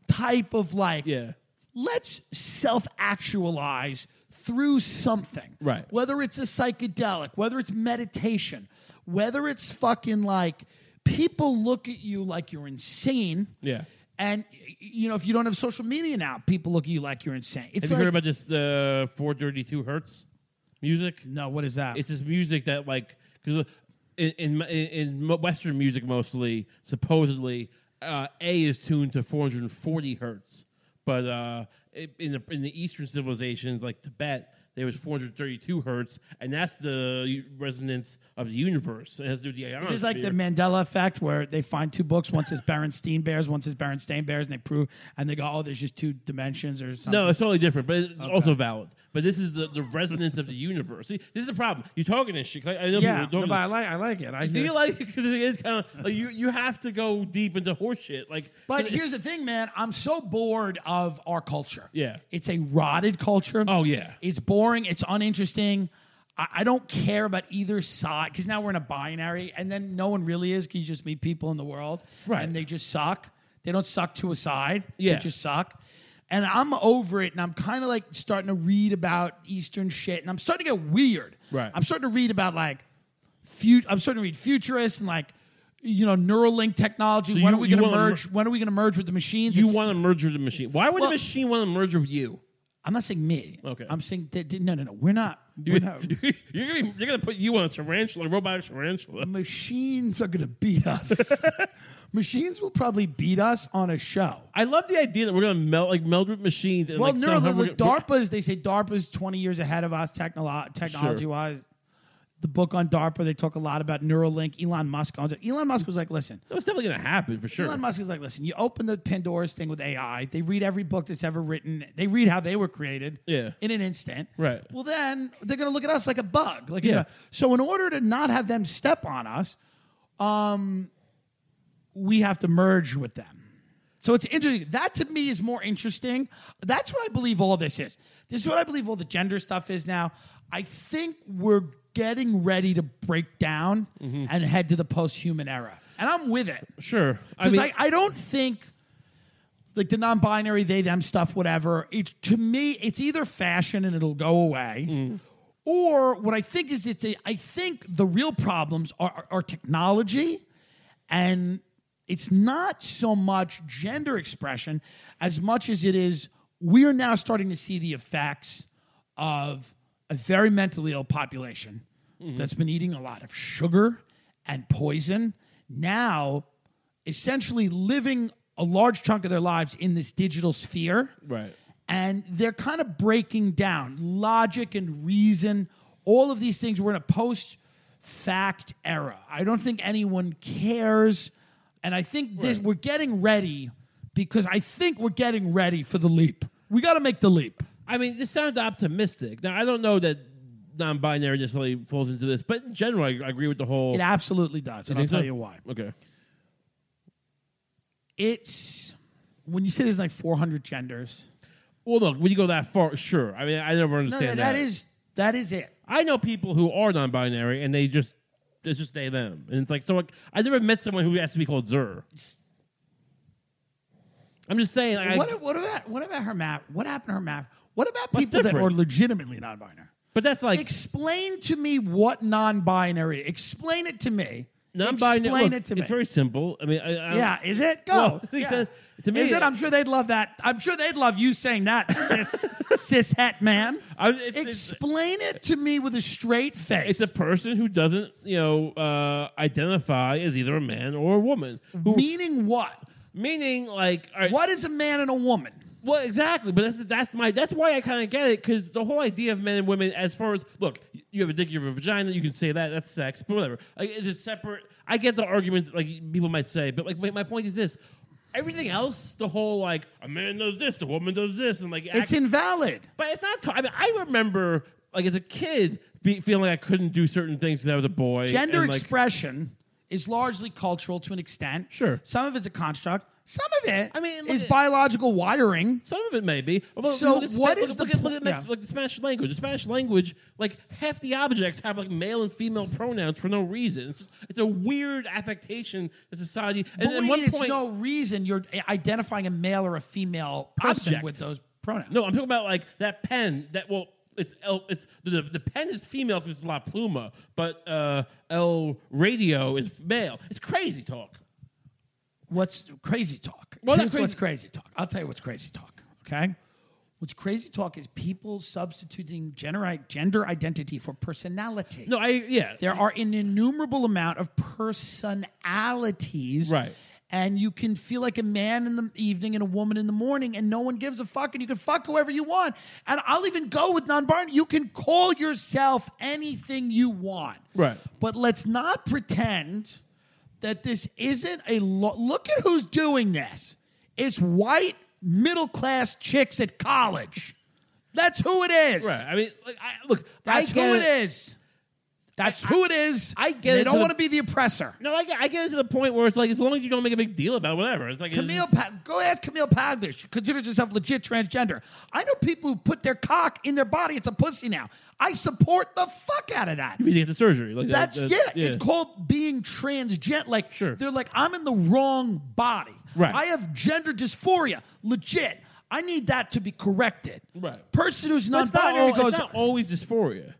Speaker 2: type of like,
Speaker 1: Yeah.
Speaker 2: let's self actualize through something.
Speaker 1: Right.
Speaker 2: Whether it's a psychedelic, whether it's meditation, whether it's fucking like people look at you like you're insane.
Speaker 1: Yeah.
Speaker 2: And, y- you know, if you don't have social media now, people look at you like you're insane. It's
Speaker 1: Have you
Speaker 2: like,
Speaker 1: heard about this uh, 432 hertz music?
Speaker 2: no, what is that?
Speaker 1: It's this music that like because in, in in Western music mostly supposedly uh, A is tuned to 440 hertz, but uh, it- in the in the Eastern civilizations like Tibet. There was 432 hertz, and that's the resonance of the universe. It has to do with the
Speaker 2: This is like the
Speaker 1: ionosphere.
Speaker 2: Mandela effect where they find two books. One says Berenstain Bears, one says Berenstain Bears, and they prove, and they go, oh, there's just two dimensions or something.
Speaker 1: No, it's totally different, but it's also valid. But this is the, the resonance of the universe. See, this is the problem. You're talking this shit. 'cause I I know
Speaker 2: yeah,
Speaker 1: people are talking
Speaker 2: no, but I like, I like it. I
Speaker 1: Do
Speaker 2: hear-
Speaker 1: you like it? Because it is kind of like you, you have to go deep into horseshit. Like,
Speaker 2: But
Speaker 1: it-
Speaker 2: here's the thing, man. I'm so bored of our culture.
Speaker 1: Yeah.
Speaker 2: It's a rotted culture.
Speaker 1: Oh, yeah.
Speaker 2: It's boring. It's uninteresting. I, I don't care about either side because now we're in a binary, and then no one really is. 'cause you just meet people in the world,
Speaker 1: Right.
Speaker 2: And they just suck. They don't suck to a side.
Speaker 1: Yeah.
Speaker 2: They just suck. And I'm over it, and I'm kind of like starting to read about Eastern shit, and I'm starting to get weird.
Speaker 1: Right.
Speaker 2: I'm starting to read about like, fut- I'm starting to read futurists and like, you know, Neuralink technology.
Speaker 1: So
Speaker 2: when
Speaker 1: you-
Speaker 2: are we
Speaker 1: you
Speaker 2: going to
Speaker 1: wanna mer-
Speaker 2: merge? when are we going to merge with the machines?
Speaker 1: you
Speaker 2: It's-
Speaker 1: want to merge with the machine. Why would
Speaker 2: Well-
Speaker 1: the machine want to merge with you?
Speaker 2: I'm not saying me.
Speaker 1: Okay.
Speaker 2: I'm saying that, no, no, no. We're not. We're
Speaker 1: You're
Speaker 2: not.
Speaker 1: gonna be, you're gonna put you on a tarantula, a robotic tarantula.
Speaker 2: Machines are going to beat us. Machines will probably beat us on a show.
Speaker 1: I love the idea that we're gonna melt like meld with machines. And,
Speaker 2: Well,
Speaker 1: like,
Speaker 2: no,
Speaker 1: somehow
Speaker 2: the, the
Speaker 1: we're gonna-
Speaker 2: DARPA's. They say DARPA's 20 years ahead of us technolo- technology wise. The book on DARPA, they talk a lot about Neuralink. Elon Musk owns it. Elon Musk was like, listen,
Speaker 1: That's definitely gonna happen for sure.
Speaker 2: Elon Musk is like, listen, you open the Pandora's thing with AI. They read every book that's ever written. They read how they were created.
Speaker 1: Yeah.
Speaker 2: In an instant.
Speaker 1: Right.
Speaker 2: Well, then they're going to look at us like a bug. Like,
Speaker 1: Yeah.
Speaker 2: you know, so in order to not have them step on us, um, we have to merge with them. So it's interesting. That to me is more interesting. That's what I believe all this is. This is what I believe all the gender stuff is now. I think we're getting ready to break down
Speaker 1: Mm-hmm.
Speaker 2: and head to the post-human era. And I'm with it.
Speaker 1: Sure, I
Speaker 2: Because
Speaker 1: mean,
Speaker 2: I, I, don't think like the non-binary they them stuff whatever it, to me it's either fashion and it'll go away
Speaker 1: Mm.
Speaker 2: or what i think is it's a i think the real problems are, are, are technology and it's not so much gender expression as much as it is we're now starting to see the effects of a very mentally ill population that's been eating a lot of sugar and poison now essentially living a large chunk of their lives in this digital sphere
Speaker 1: Right.
Speaker 2: and they're kind of breaking down logic and reason all of these things we're in a post fact era i don't think anyone cares and i think this
Speaker 1: Right.
Speaker 2: we're getting ready because i think we're getting ready for the leap we got to make the leap
Speaker 1: I mean, this sounds optimistic. Now, I don't know that non-binary necessarily falls into this, but in general, I, I agree with the whole.
Speaker 2: Oh. it absolutely does and i'll
Speaker 1: think
Speaker 2: tell
Speaker 1: so?
Speaker 2: you why
Speaker 1: Okay.
Speaker 2: it's when you say there's like 400 genders.
Speaker 1: Well, look, when you go that far, sure. I mean, I never
Speaker 2: No,
Speaker 1: understand
Speaker 2: no, that is that is it.
Speaker 1: I know people who are non-binary and they just it's just they them, and it's like so. Like, I never met someone who has to be called Zer. I'm just saying. Like, I,
Speaker 2: What, what about what about her map? What happened to her map? What about
Speaker 1: What's
Speaker 2: people that
Speaker 1: different?
Speaker 2: are legitimately non-binary?
Speaker 1: but that's like
Speaker 2: Explain to me what non-binary. Explain it to me.
Speaker 1: non-binary.
Speaker 2: Explain
Speaker 1: look,
Speaker 2: it to me.
Speaker 1: It's very simple. I mean, I, I,
Speaker 2: yeah, is it? Go.
Speaker 1: Well, he
Speaker 2: yeah.
Speaker 1: said- to me- uh,
Speaker 2: is it? I'm sure they'd love that. I'm sure they'd love you saying that, cis cis het man.
Speaker 1: I- it's- it's-
Speaker 2: Explain it to me with a straight face.
Speaker 1: It's a person who doesn't, you know, uh, identify as either a man or a woman. Who,
Speaker 2: meaning what?
Speaker 1: meaning, like, all right,
Speaker 2: What is a man and a woman?
Speaker 1: Well, exactly, but that's that's my that's why I kind of get it because the whole idea of men and women, as far as look, you have a dick, you have a vagina, you can say that that's sex, but whatever. Like, it's just separate. I get the arguments like people might say, but like my, my point is this: everything else, the whole like a man does this, a woman does this, and like
Speaker 2: It's invalid.
Speaker 1: but it's not. I mean, I remember like as a kid be, feeling like I couldn't do certain things because I was a boy.
Speaker 2: Gender
Speaker 1: and, like,
Speaker 2: expression is largely cultural to an extent.
Speaker 1: Sure.
Speaker 2: Some of it's a construct. Some of it
Speaker 1: I mean, look
Speaker 2: is
Speaker 1: at-
Speaker 2: biological wiring.
Speaker 1: Some of it may be. Although,
Speaker 2: So
Speaker 1: look at Spa-
Speaker 2: what
Speaker 1: look
Speaker 2: is
Speaker 1: at-
Speaker 2: the
Speaker 1: look at,
Speaker 2: pl-
Speaker 1: look at Mex-
Speaker 2: yeah.
Speaker 1: look at the Spanish language? The Spanish language, like half the objects have like male and female pronouns for no reason. It's, it's a weird affectation that society.
Speaker 2: But
Speaker 1: And
Speaker 2: what
Speaker 1: at
Speaker 2: do you
Speaker 1: one
Speaker 2: mean it's
Speaker 1: point,
Speaker 2: no reason you're identifying a male or a female person
Speaker 1: Object.
Speaker 2: with those pronouns.
Speaker 1: no, I'm talking about like that pen. That well, it's El. It's the the pen is female because it's La Pluma, but uh, El Radio is male. It's crazy talk.
Speaker 2: What's crazy talk?
Speaker 1: Well, not
Speaker 2: Here's
Speaker 1: crazy-
Speaker 2: what's crazy talk. I'll tell you what's crazy talk. Okay. What's crazy talk is people substituting gender, gender identity for personality.
Speaker 1: No, I yeah.
Speaker 2: There are an innumerable amount of personalities.
Speaker 1: Right.
Speaker 2: And you can feel like a man in the evening and a woman in the morning, and no one gives a fuck, and you can fuck whoever you want. And I'll even go with non binary. You can call yourself anything you want.
Speaker 1: Right.
Speaker 2: But let's not pretend that this isn't a lo- look at who's doing this. It's white middle class chicks at college. That's who it is.
Speaker 1: Right. I mean, like, I, look.
Speaker 2: That's
Speaker 1: I get
Speaker 2: who it is. That's
Speaker 1: I-
Speaker 2: who it is.
Speaker 1: I get
Speaker 2: They
Speaker 1: it
Speaker 2: don't
Speaker 1: to the-
Speaker 2: want to be the oppressor.
Speaker 1: No, I get, I get it to the point where it's like, as long as you don't make a big deal about it, whatever. It's like it's
Speaker 2: Camille,
Speaker 1: just-
Speaker 2: pa- go ask Camille Paglia. She considers herself legit transgender. I know people who put their cock in their body. It's a pussy now. I support the fuck out of that.
Speaker 1: you get the surgery. Like
Speaker 2: That's
Speaker 1: that,
Speaker 2: yeah,
Speaker 1: that-
Speaker 2: It's called being transgender. Like
Speaker 1: Sure.
Speaker 2: they're like, I'm in the wrong body.
Speaker 1: Right.
Speaker 2: I have gender dysphoria. Legit. I need that to be corrected.
Speaker 1: Right.
Speaker 2: Person who's
Speaker 1: But it's not,
Speaker 2: non-binary
Speaker 1: al-
Speaker 2: goes.
Speaker 1: it's not always dysphoria.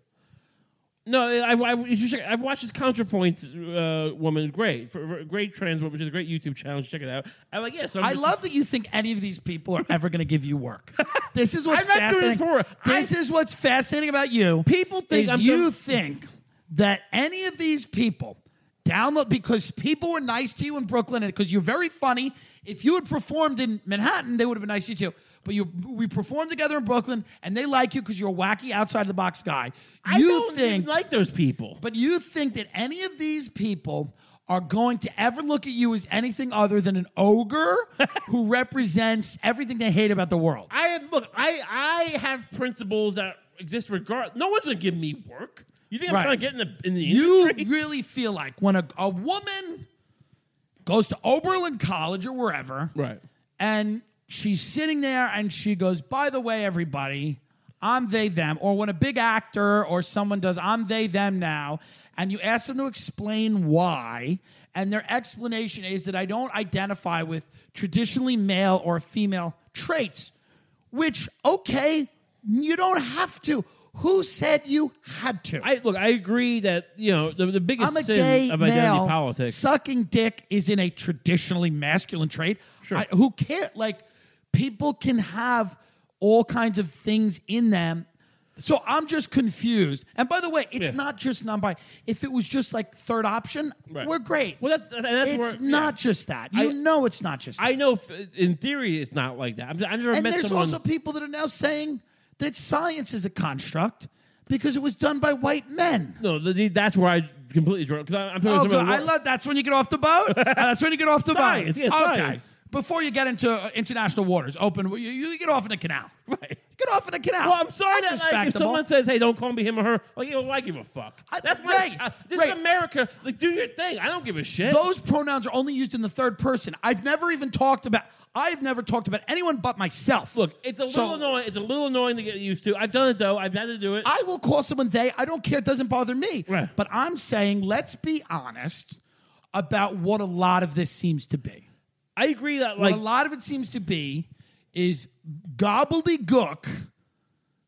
Speaker 1: No, I, I, I- you should check- I've watched this CounterPoints uh, woman, great, for, for- great trans woman, which is a great YouTube channel. Check it out. I'm like, yes, I'm
Speaker 2: I
Speaker 1: just-
Speaker 2: love that you think any of these people are ever going to give you work. This is what's
Speaker 1: I'm not doing
Speaker 2: fascinating.
Speaker 1: this for-
Speaker 2: this is what's fascinating about you.
Speaker 1: People think
Speaker 2: is
Speaker 1: I'm
Speaker 2: you
Speaker 1: gonna-
Speaker 2: think that any of these people download because people were nice to you in Brooklyn and because you're very funny. If you had performed in Manhattan, they would have been nice to you too. But you, we performed together in Brooklyn, and they like you because you're a wacky outside the box guy.
Speaker 1: I
Speaker 2: you
Speaker 1: don't even
Speaker 2: think
Speaker 1: like those people.
Speaker 2: but you think that any of these people are going to ever look at you as anything other than an ogre who represents everything they hate about the world?
Speaker 1: I am look. I I have principles that exist. Regard, no one's gonna give me work. You think I'm
Speaker 2: Right.
Speaker 1: trying to get in the in the
Speaker 2: You
Speaker 1: industry?
Speaker 2: really feel like when a, a woman goes to Oberlin College or wherever,
Speaker 1: Right.
Speaker 2: and she's sitting there and she goes, By the way, everybody, I'm they, them. Or when a big actor or someone does, I'm they, them now, and you ask them to explain why, and their explanation is that I don't identify with traditionally male or female traits, which, okay, you don't have to. Who said you had to?
Speaker 1: I look. I agree that you know the, the biggest
Speaker 2: I'm a
Speaker 1: sin
Speaker 2: gay
Speaker 1: of
Speaker 2: male.
Speaker 1: identity politics.
Speaker 2: Sucking dick isn't a traditionally masculine trait.
Speaker 1: Sure.
Speaker 2: I- who can't like people can have all kinds of things in them. So I'm just confused. And by the way, it's
Speaker 1: Yeah.
Speaker 2: not just non-bi. If it was just like third option,
Speaker 1: Right.
Speaker 2: we're great.
Speaker 1: Well, that's and that's
Speaker 2: it's
Speaker 1: where, yeah.
Speaker 2: not just that. You
Speaker 1: I-
Speaker 2: know, it's not just. that.
Speaker 1: I know f- in theory it's not like that. I've, I've never
Speaker 2: and
Speaker 1: met
Speaker 2: there's
Speaker 1: someone.
Speaker 2: also people that are now saying that science is a construct because it was done by white men.
Speaker 1: no, the, the- that's where I completely draw because I'm talking
Speaker 2: Oh,
Speaker 1: about
Speaker 2: good. I love Uh, that's when you get off the boat. that's when you get off the
Speaker 1: Science,
Speaker 2: boat.
Speaker 1: yeah,
Speaker 2: okay,
Speaker 1: science.
Speaker 2: before you get into uh, international waters, open, you, you get off in a canal.
Speaker 1: Right.
Speaker 2: Get off in a canal.
Speaker 1: Well, I'm sorry
Speaker 2: That's
Speaker 1: that like, if
Speaker 2: respectable.
Speaker 1: someone says, "Hey, don't call me him or her," like, you know, I give a fuck.
Speaker 2: I-
Speaker 1: That's my.
Speaker 2: right,
Speaker 1: I- this
Speaker 2: right.
Speaker 1: is America. Like, do your thing. I don't give a shit.
Speaker 2: Those pronouns are only used in the third person. I've never even talked about. I've never talked about anyone but myself.
Speaker 1: Look, it's a little
Speaker 2: So-
Speaker 1: annoying. It's a little annoying to get used to. I've done it though. I've had to do it.
Speaker 2: I will call someone they. I don't care. It doesn't bother me.
Speaker 1: Right.
Speaker 2: But I'm saying, let's be honest about what a lot of this seems to be.
Speaker 1: I agree that
Speaker 2: What
Speaker 1: like
Speaker 2: a lot of it seems to be is gobbledygook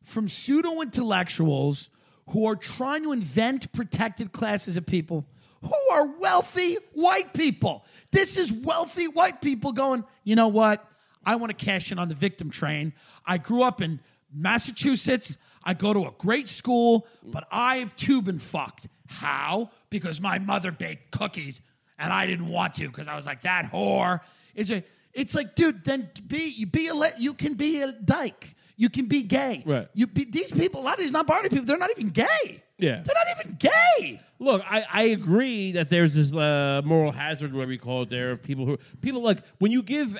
Speaker 2: from pseudo intellectuals who are trying to invent protected classes of people who are wealthy white people. This is wealthy white people going, you know what? I want to cash in on the victim train. I grew up in Massachusetts. I go to a great school, but I've too been fucked. How? Because my mother baked cookies and I didn't want to because I was like, that whore. It's, a, it's like, dude, then be, you, be a, le- you can be a dyke. You can be gay.
Speaker 1: Right.
Speaker 2: You be, these people, a lot of these non-binary people, they're not even gay.
Speaker 1: Yeah.
Speaker 2: They're not even gay.
Speaker 1: Look, I, I agree that there's this uh, moral hazard, whatever you call it, there of people who people like when you give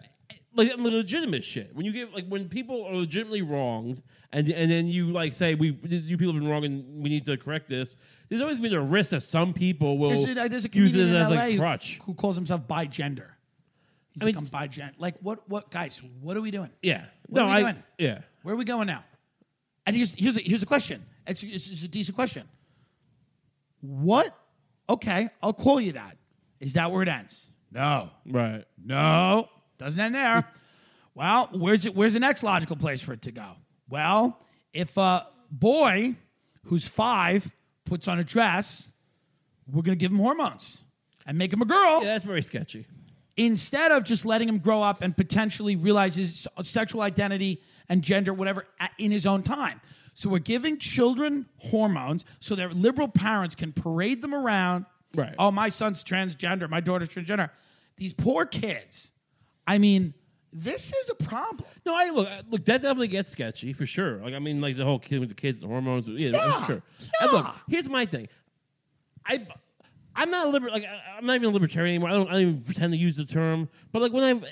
Speaker 1: like legitimate shit. When you give like when people are legitimately wronged, and and then you like say we you people have been wrong and we need to correct this. There's always been a risk that some people will
Speaker 2: There's a, uh, there's a
Speaker 1: use
Speaker 2: comedian
Speaker 1: it
Speaker 2: in
Speaker 1: as
Speaker 2: LA
Speaker 1: like crutch.
Speaker 2: who calls himself bigender. He's
Speaker 1: I
Speaker 2: like,
Speaker 1: mean,
Speaker 2: I'm bigender. Like, what, what, guys, what are we doing?
Speaker 1: Yeah,
Speaker 2: What
Speaker 1: no,
Speaker 2: are we
Speaker 1: I
Speaker 2: doing?
Speaker 1: yeah.
Speaker 2: Where are we going now? And here's, here's, a, here's a question. It's, it's, it's a decent question. What? Okay, I'll call you that. Is that where it ends? No.
Speaker 1: Right.
Speaker 2: No, doesn't end there. well, where's it? Where's the next logical place for it to go? Well, if a boy who's five puts on a dress, we're gonna give him hormones and make him a girl
Speaker 1: Yeah, that's very sketchy.
Speaker 2: instead of just letting him grow up and potentially realize his sexual identity and gender, whatever, at- in his own time. So we're giving children hormones so their liberal parents can parade them around.
Speaker 1: Right.
Speaker 2: Oh, my son's transgender. My daughter's transgender. These poor kids. I mean, this is a problem.
Speaker 1: No, I look. Look, that definitely gets sketchy for sure. Like, I mean, like the whole kid with the kids, the hormones. Yeah,
Speaker 2: Yeah,
Speaker 1: for sure. And look,
Speaker 2: yeah.
Speaker 1: here's my thing. I, I'm not a liber- Like, I- I'm not even a libertarian anymore. I don't, I don't even pretend to use the term. But like, when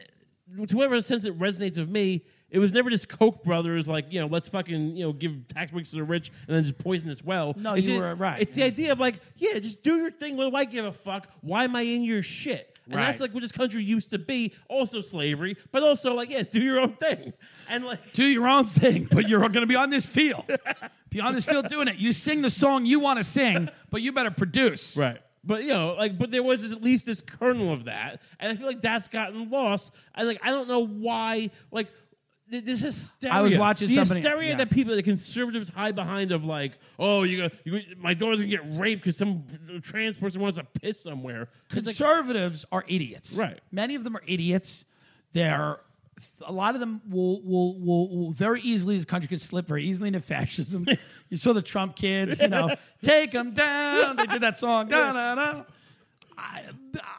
Speaker 1: I, to whatever sense it resonates with me, it was never just Koch brothers. Like, you know, let's fucking you know give tax breaks to the rich and then just poison this well.
Speaker 2: No,
Speaker 1: It's
Speaker 2: you
Speaker 1: the-
Speaker 2: were right.
Speaker 1: It's the idea of like, yeah, just do your thing. What do I give a fuck? Why am I in your shit? And
Speaker 2: Right.
Speaker 1: that's like what this country used to be. Also slavery, but also like, yeah, do your own thing. And like,
Speaker 2: do your own thing, but you're going to be on this field. Be on this field doing it. You sing the song you want to sing, but you better produce.
Speaker 1: Right. But you know, like, but there was at least this kernel of that, and I feel like that's gotten lost. And like, I don't know why. Like, th- this hysteria.
Speaker 2: I was watching
Speaker 1: the
Speaker 2: somebody-
Speaker 1: hysteria
Speaker 2: yeah.
Speaker 1: that people, the conservatives, hide behind of like, oh, you got you, my daughter's gonna get raped because some trans person wants to piss somewhere. It's like,
Speaker 2: conservatives are idiots.
Speaker 1: Right.
Speaker 2: Many of them are idiots. They're a lot of them will will will, will very easily this country could slip very easily into fascism. you saw the Trump kids, you know, take them down. They did that song. Da, da, da. I,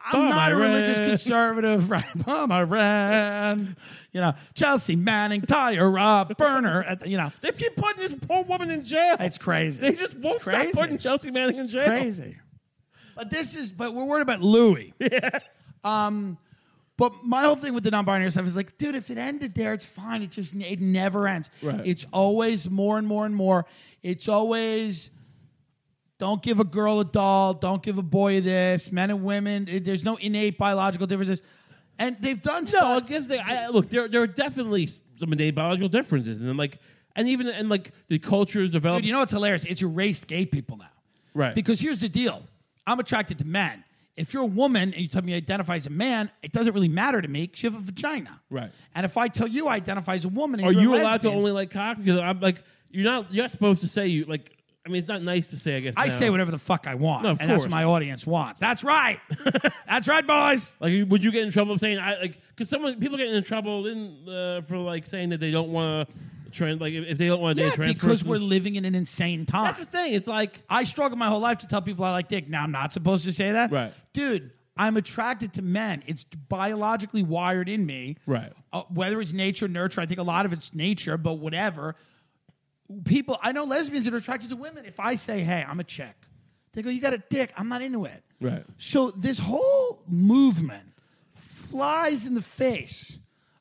Speaker 2: I'm
Speaker 1: Bomb
Speaker 2: not a religious
Speaker 1: Iran.
Speaker 2: conservative, right? Bomb Iran, you know, Chelsea Manning, tie her up, burn her. At the, you know,
Speaker 1: they keep putting this poor woman in jail.
Speaker 2: it's crazy.
Speaker 1: They just
Speaker 2: It's
Speaker 1: won't stop
Speaker 2: crazy.
Speaker 1: putting Chelsea Manning in jail.
Speaker 2: Crazy. But this is, but we're worried about Louis. Yeah. Um, but my whole thing with the non-binary stuff is like, dude, if it ended there, it's fine. It just it never ends.
Speaker 1: Right.
Speaker 2: It's always more and more and more. It's always don't give a girl a doll. Don't give a boy this. Men and women. it- there's no innate biological differences, and they've done
Speaker 1: No,
Speaker 2: stuff.
Speaker 1: I guess they I, look. There, there are definitely some innate biological differences, and then like, and even and like the culture is developed.
Speaker 2: Dude, you know what's hilarious? It's erased gay people now.
Speaker 1: Right.
Speaker 2: Because here's the deal I'm attracted to men. If you're a woman and you tell me you identify as a man, it doesn't really matter to me because you have a vagina.
Speaker 1: Right.
Speaker 2: And if I tell you I identify as a woman, and
Speaker 1: Are
Speaker 2: you're
Speaker 1: you
Speaker 2: a
Speaker 1: allowed to
Speaker 2: lesbian,
Speaker 1: only like cock? Because I'm like, you're not. You're not supposed to say you like. I mean, it's not nice to say. I guess
Speaker 2: I
Speaker 1: now.
Speaker 2: say whatever the fuck I want,
Speaker 1: No, of
Speaker 2: and that's
Speaker 1: course.
Speaker 2: what my audience wants. That's right. that's right, boys.
Speaker 1: Like, would you get in trouble saying I like? Because someone people get in trouble in uh, for like saying that they don't want to trans. Like, if, if they don't want to date
Speaker 2: Yeah,
Speaker 1: a trans
Speaker 2: because
Speaker 1: person,
Speaker 2: we're living in an insane time.
Speaker 1: that's the thing. It's like
Speaker 2: I struggled my whole life to tell people I like dick. Now I'm not supposed to say that.
Speaker 1: Right.
Speaker 2: Dude, I'm attracted to men. It's biologically wired in me.
Speaker 1: Right.
Speaker 2: Uh, whether it's nature, nurture, I think a lot of it's nature, but whatever. People, I know lesbians that are attracted to women. If I say, hey, I'm a chick, they go, you got a dick. I'm not into it.
Speaker 1: Right.
Speaker 2: So this whole movement flies in the face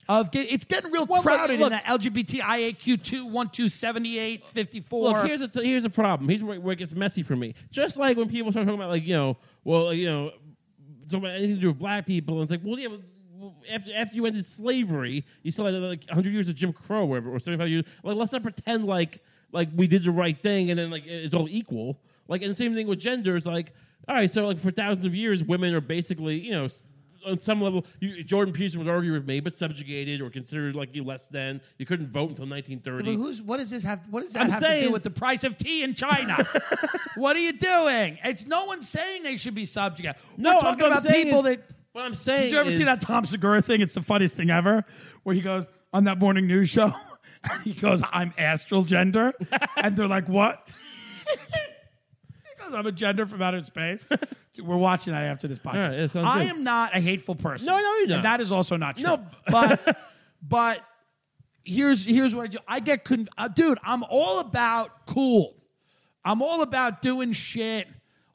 Speaker 2: of get, it's getting real
Speaker 1: Well, but
Speaker 2: crowded
Speaker 1: look-
Speaker 2: in that LGBTIAQ 2 1 2 78 54.
Speaker 1: Look, here's a, here's a problem. Here's where, where it gets messy for me. Just like when people start talking about, like, you know, well, like, you know, talking about anything to do with black people, and it's like, well, yeah, but well, after, after you ended slavery, you still had like 100 years of Jim Crow or, whatever, or 75 years. Like, let's not pretend like like we did the right thing and then like it's all equal. Like, and the same thing with gender. It's like, all right, so like for thousands of years, women are basically, you know, s- on some level, you, Jordan Peterson would argue with me, but subjugated or considered like you less than. You couldn't vote until 1930.
Speaker 2: But who's what does this have? What does that
Speaker 1: I'm
Speaker 2: have to
Speaker 1: saying-
Speaker 2: do with the price of tea in China? what are you doing? It's no one saying they should be subject.
Speaker 1: No,
Speaker 2: We're
Speaker 1: I'm-
Speaker 2: talking
Speaker 1: I'm
Speaker 2: about
Speaker 1: saying
Speaker 2: people
Speaker 1: is-
Speaker 2: that.
Speaker 1: What I'm saying.
Speaker 2: Did you ever
Speaker 1: is,
Speaker 2: see that Tom Segura thing? It's the funniest thing ever, where he goes on that morning news show. he goes, "I'm astral gender," and they're like, "What?" he goes, "I'm a gender from outer space." We're watching that after this
Speaker 1: right,
Speaker 2: podcast.
Speaker 1: that sounds
Speaker 2: I
Speaker 1: good.
Speaker 2: am not a hateful person.
Speaker 1: No, no, you're not.
Speaker 2: And that is also not true.
Speaker 1: No.
Speaker 2: but but here's here's what I do. I get con- uh, dude. I'm all about cool. I'm all about doing shit.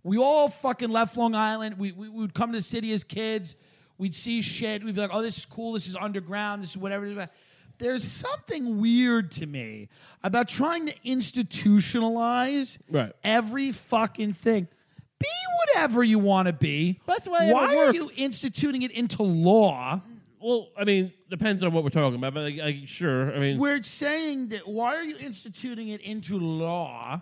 Speaker 2: We all fucking left Long Island. We, we we would come to the city as kids. We'd see shit. We'd be like, oh, this is cool. This is underground. This is whatever. it is." There's something weird to me about trying to institutionalize
Speaker 1: Right.
Speaker 2: every fucking thing. Be whatever you want to be.
Speaker 1: That's why it
Speaker 2: Why are
Speaker 1: works.
Speaker 2: you instituting it into law?
Speaker 1: Well, I mean, depends on what we're talking about, but like, like, sure. I mean,
Speaker 2: we're saying that why are you instituting it into law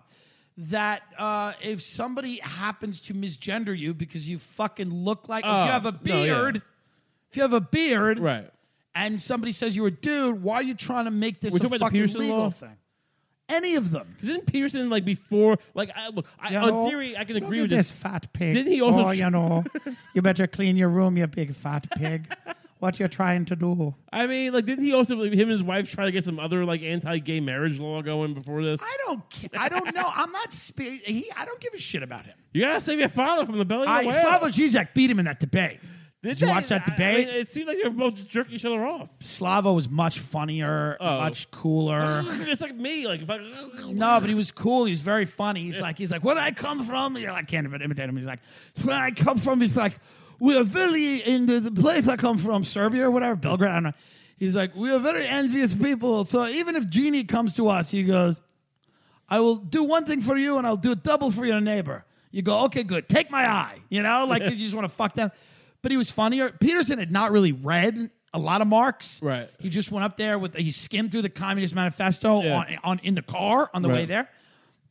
Speaker 2: that uh, if somebody happens to misgender you because you fucking look like if
Speaker 1: Oh,
Speaker 2: you have a
Speaker 1: no, yeah.
Speaker 2: beard if you have a beard
Speaker 1: right.
Speaker 2: and somebody says you're a dude why are you trying to make this
Speaker 1: We're
Speaker 2: a
Speaker 1: talking about the
Speaker 2: fucking
Speaker 1: Pearson
Speaker 2: legal
Speaker 1: law?
Speaker 2: thing any of them
Speaker 1: Didn't Peterson like before? Like, I, look, I,
Speaker 3: You
Speaker 1: on
Speaker 3: know,
Speaker 1: theory, I can
Speaker 3: look
Speaker 1: agree
Speaker 3: at
Speaker 1: with
Speaker 3: this
Speaker 1: It.
Speaker 3: fat pig.
Speaker 1: Didn't he also-
Speaker 3: Oh, you know, you better clean your room, you big fat pig. what you trying to do?
Speaker 1: I mean, like, didn't he also like, him and his wife try to get some other like anti-gay marriage law going before this?
Speaker 2: I don't ca- I don't know I'm not spe- he, I don't give a shit about him
Speaker 1: you gotta save your father from the belly of
Speaker 2: I
Speaker 1: the whale.
Speaker 2: Slavoj Zizek beat him in that debate did, you
Speaker 1: they?
Speaker 2: watch that
Speaker 1: I- I
Speaker 2: debate
Speaker 1: mean, it seemed like they were both just jerking each other off.
Speaker 2: Slavo was much funnier
Speaker 1: Oh.
Speaker 2: much cooler
Speaker 1: it's like me, like, if I,
Speaker 2: No, but he was cool. He was very funny. He's like, he's like, where did I come from? Yeah, I can't even imitate him. He's like, where I come from. He's like, we are very in the, the place I come from, Serbia or whatever, Belgrade. I don't know. He's like, we are very envious people. So even if Genie comes to us, he goes, I will do one thing for you and I'll do it double for your neighbor. You go, okay, good. Take my eye. You know, like you just want to fuck them. But he was funnier. Peterson had not really read a lot of Marx.
Speaker 1: Right.
Speaker 2: He just went up there with he skimmed through the Communist Manifesto
Speaker 1: Yeah.
Speaker 2: on, on in the car on the way
Speaker 1: Right.
Speaker 2: there,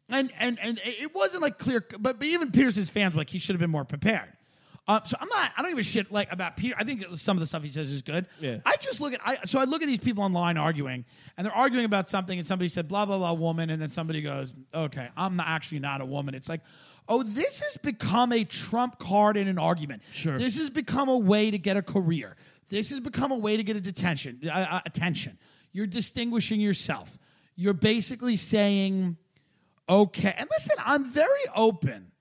Speaker 2: and and and it wasn't like clear. But, but even Peterson's fans were like he should have been more prepared. Uh, so I'm not. I don't give a shit like about Peter. I think some of the stuff he says is good.
Speaker 1: Yeah.
Speaker 2: I just look at. I so I look at these people online arguing, and they're arguing about something, and somebody said blah blah blah woman, and then somebody goes, okay, I'm not, actually not a woman. It's like. Oh, this has become a trump card in an argument.
Speaker 1: Sure.
Speaker 2: This has become a way to get a career. This has become a way to get a detention uh, uh, attention. You're distinguishing yourself. You're basically saying, okay. And listen, I'm very open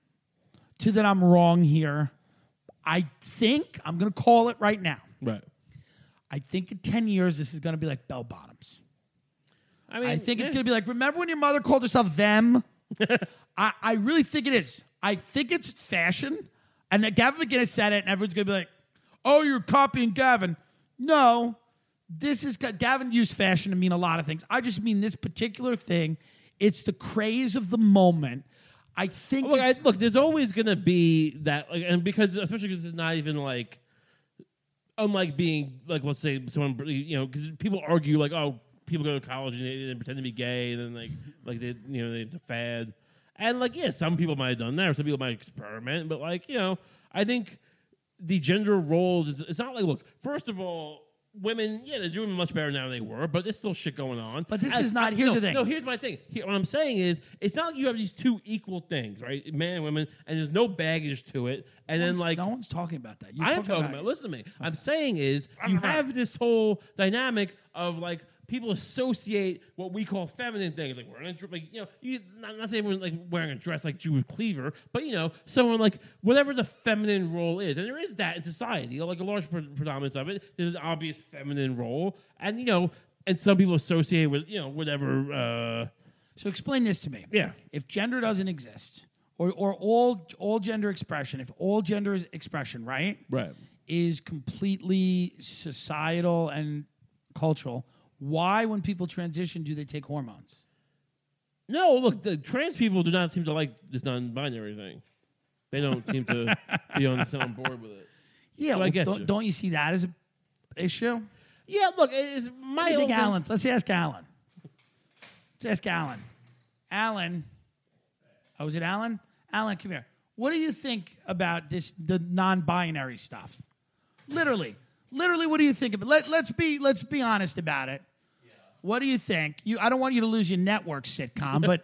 Speaker 2: to that. I'm wrong here. I think I'm going to call it right now.
Speaker 1: right.
Speaker 2: I think in ten years this is going to be like bell bottoms.
Speaker 1: I mean,
Speaker 2: I think it's
Speaker 1: yeah.
Speaker 2: going to be like, remember when your mother called herself them? I, I really think it is. I think it's fashion. And that Gavin McGinnis said it, and everyone's going to be like, oh, you're copying Gavin. No, this is Gavin used fashion to mean a lot of things. I just mean this particular thing. It's the craze of the moment. I think
Speaker 1: Look, I,
Speaker 2: it's,
Speaker 1: look, there's always gonna be that, like, and because especially because it's not even like, unlike being like, let's say someone, you know, because people argue like, oh, people go to college and, they, they pretend to be gay, and then like, like they, you know, they have a fad, and like, yeah, some people might have done that, or some people might experiment, but like, you know, I think the gender roles is it's not like, look, first of all. Women, yeah, they're doing much better now than they were, but there's still shit going on.
Speaker 2: But this
Speaker 1: And-
Speaker 2: is not-
Speaker 1: and-
Speaker 2: here's
Speaker 1: no,
Speaker 2: the thing.
Speaker 1: No, here's my thing. Here, what I'm saying is, it's not like you have these two equal things, right? Men and women, and there's no baggage to it. And then, like,
Speaker 2: no one's talking about that. You're
Speaker 1: I am talking about,
Speaker 2: it.
Speaker 1: listen to me. I'm saying is, you have this whole dynamic of like, People associate what we call feminine things, like wearing a dr- like you know, you, not, not saying everyone's like wearing a dress like Judith Cleaver, but you know, someone like whatever the feminine role is, and there is that in society, like a large pre- predominance of it. There's an obvious feminine role, and you know, and some people associate with you know whatever. Uh,
Speaker 2: So explain this to me.
Speaker 1: Yeah.
Speaker 2: If gender doesn't exist, or, or all all gender expression, if all gender is expression, right?
Speaker 1: Right.
Speaker 2: is completely societal and cultural. Why, when people transition, do they take hormones?
Speaker 1: No, look, the trans people do not seem to like this non-binary thing. They don't seem to be on the sound board with it.
Speaker 2: Yeah,
Speaker 1: So I
Speaker 2: well,
Speaker 1: get
Speaker 2: don't,
Speaker 1: you.
Speaker 2: don't you see that as an issue?
Speaker 1: Yeah, look, it's my
Speaker 2: I think
Speaker 1: whole thing-
Speaker 2: Alan. Let's ask Alan. Let's ask Alan. Alan, oh, is it Alan? Alan, come here. What do you think about this? The non-binary stuff. Literally, literally, what do you think about? Let, let's be let's be honest about it. What do you think? You, I don't want you to lose your network sitcom, but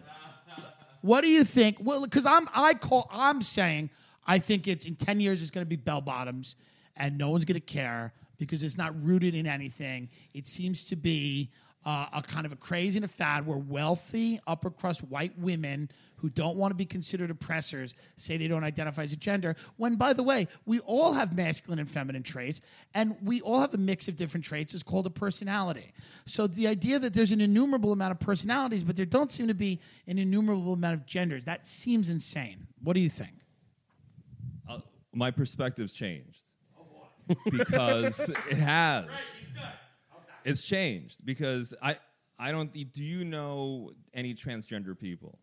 Speaker 2: what do you think? Well, because I'm I call I'm saying I think it's in ten years it's going to be bell bottoms, and no one's going to care because it's not rooted in anything. It seems to be uh, a kind of a craze and a fad where wealthy upper crust white women who don't want to be considered oppressors say they don't identify as a gender. When, by the way, we all have masculine and feminine traits, and we all have a mix of different traits. It's called a personality. So the idea that there's an innumerable amount of personalities, but there don't seem to be an innumerable amount of genders, that seems insane. What do you think?
Speaker 4: uh, my perspective's changed because it has. It's changed because I I don't. Do you know any transgender people?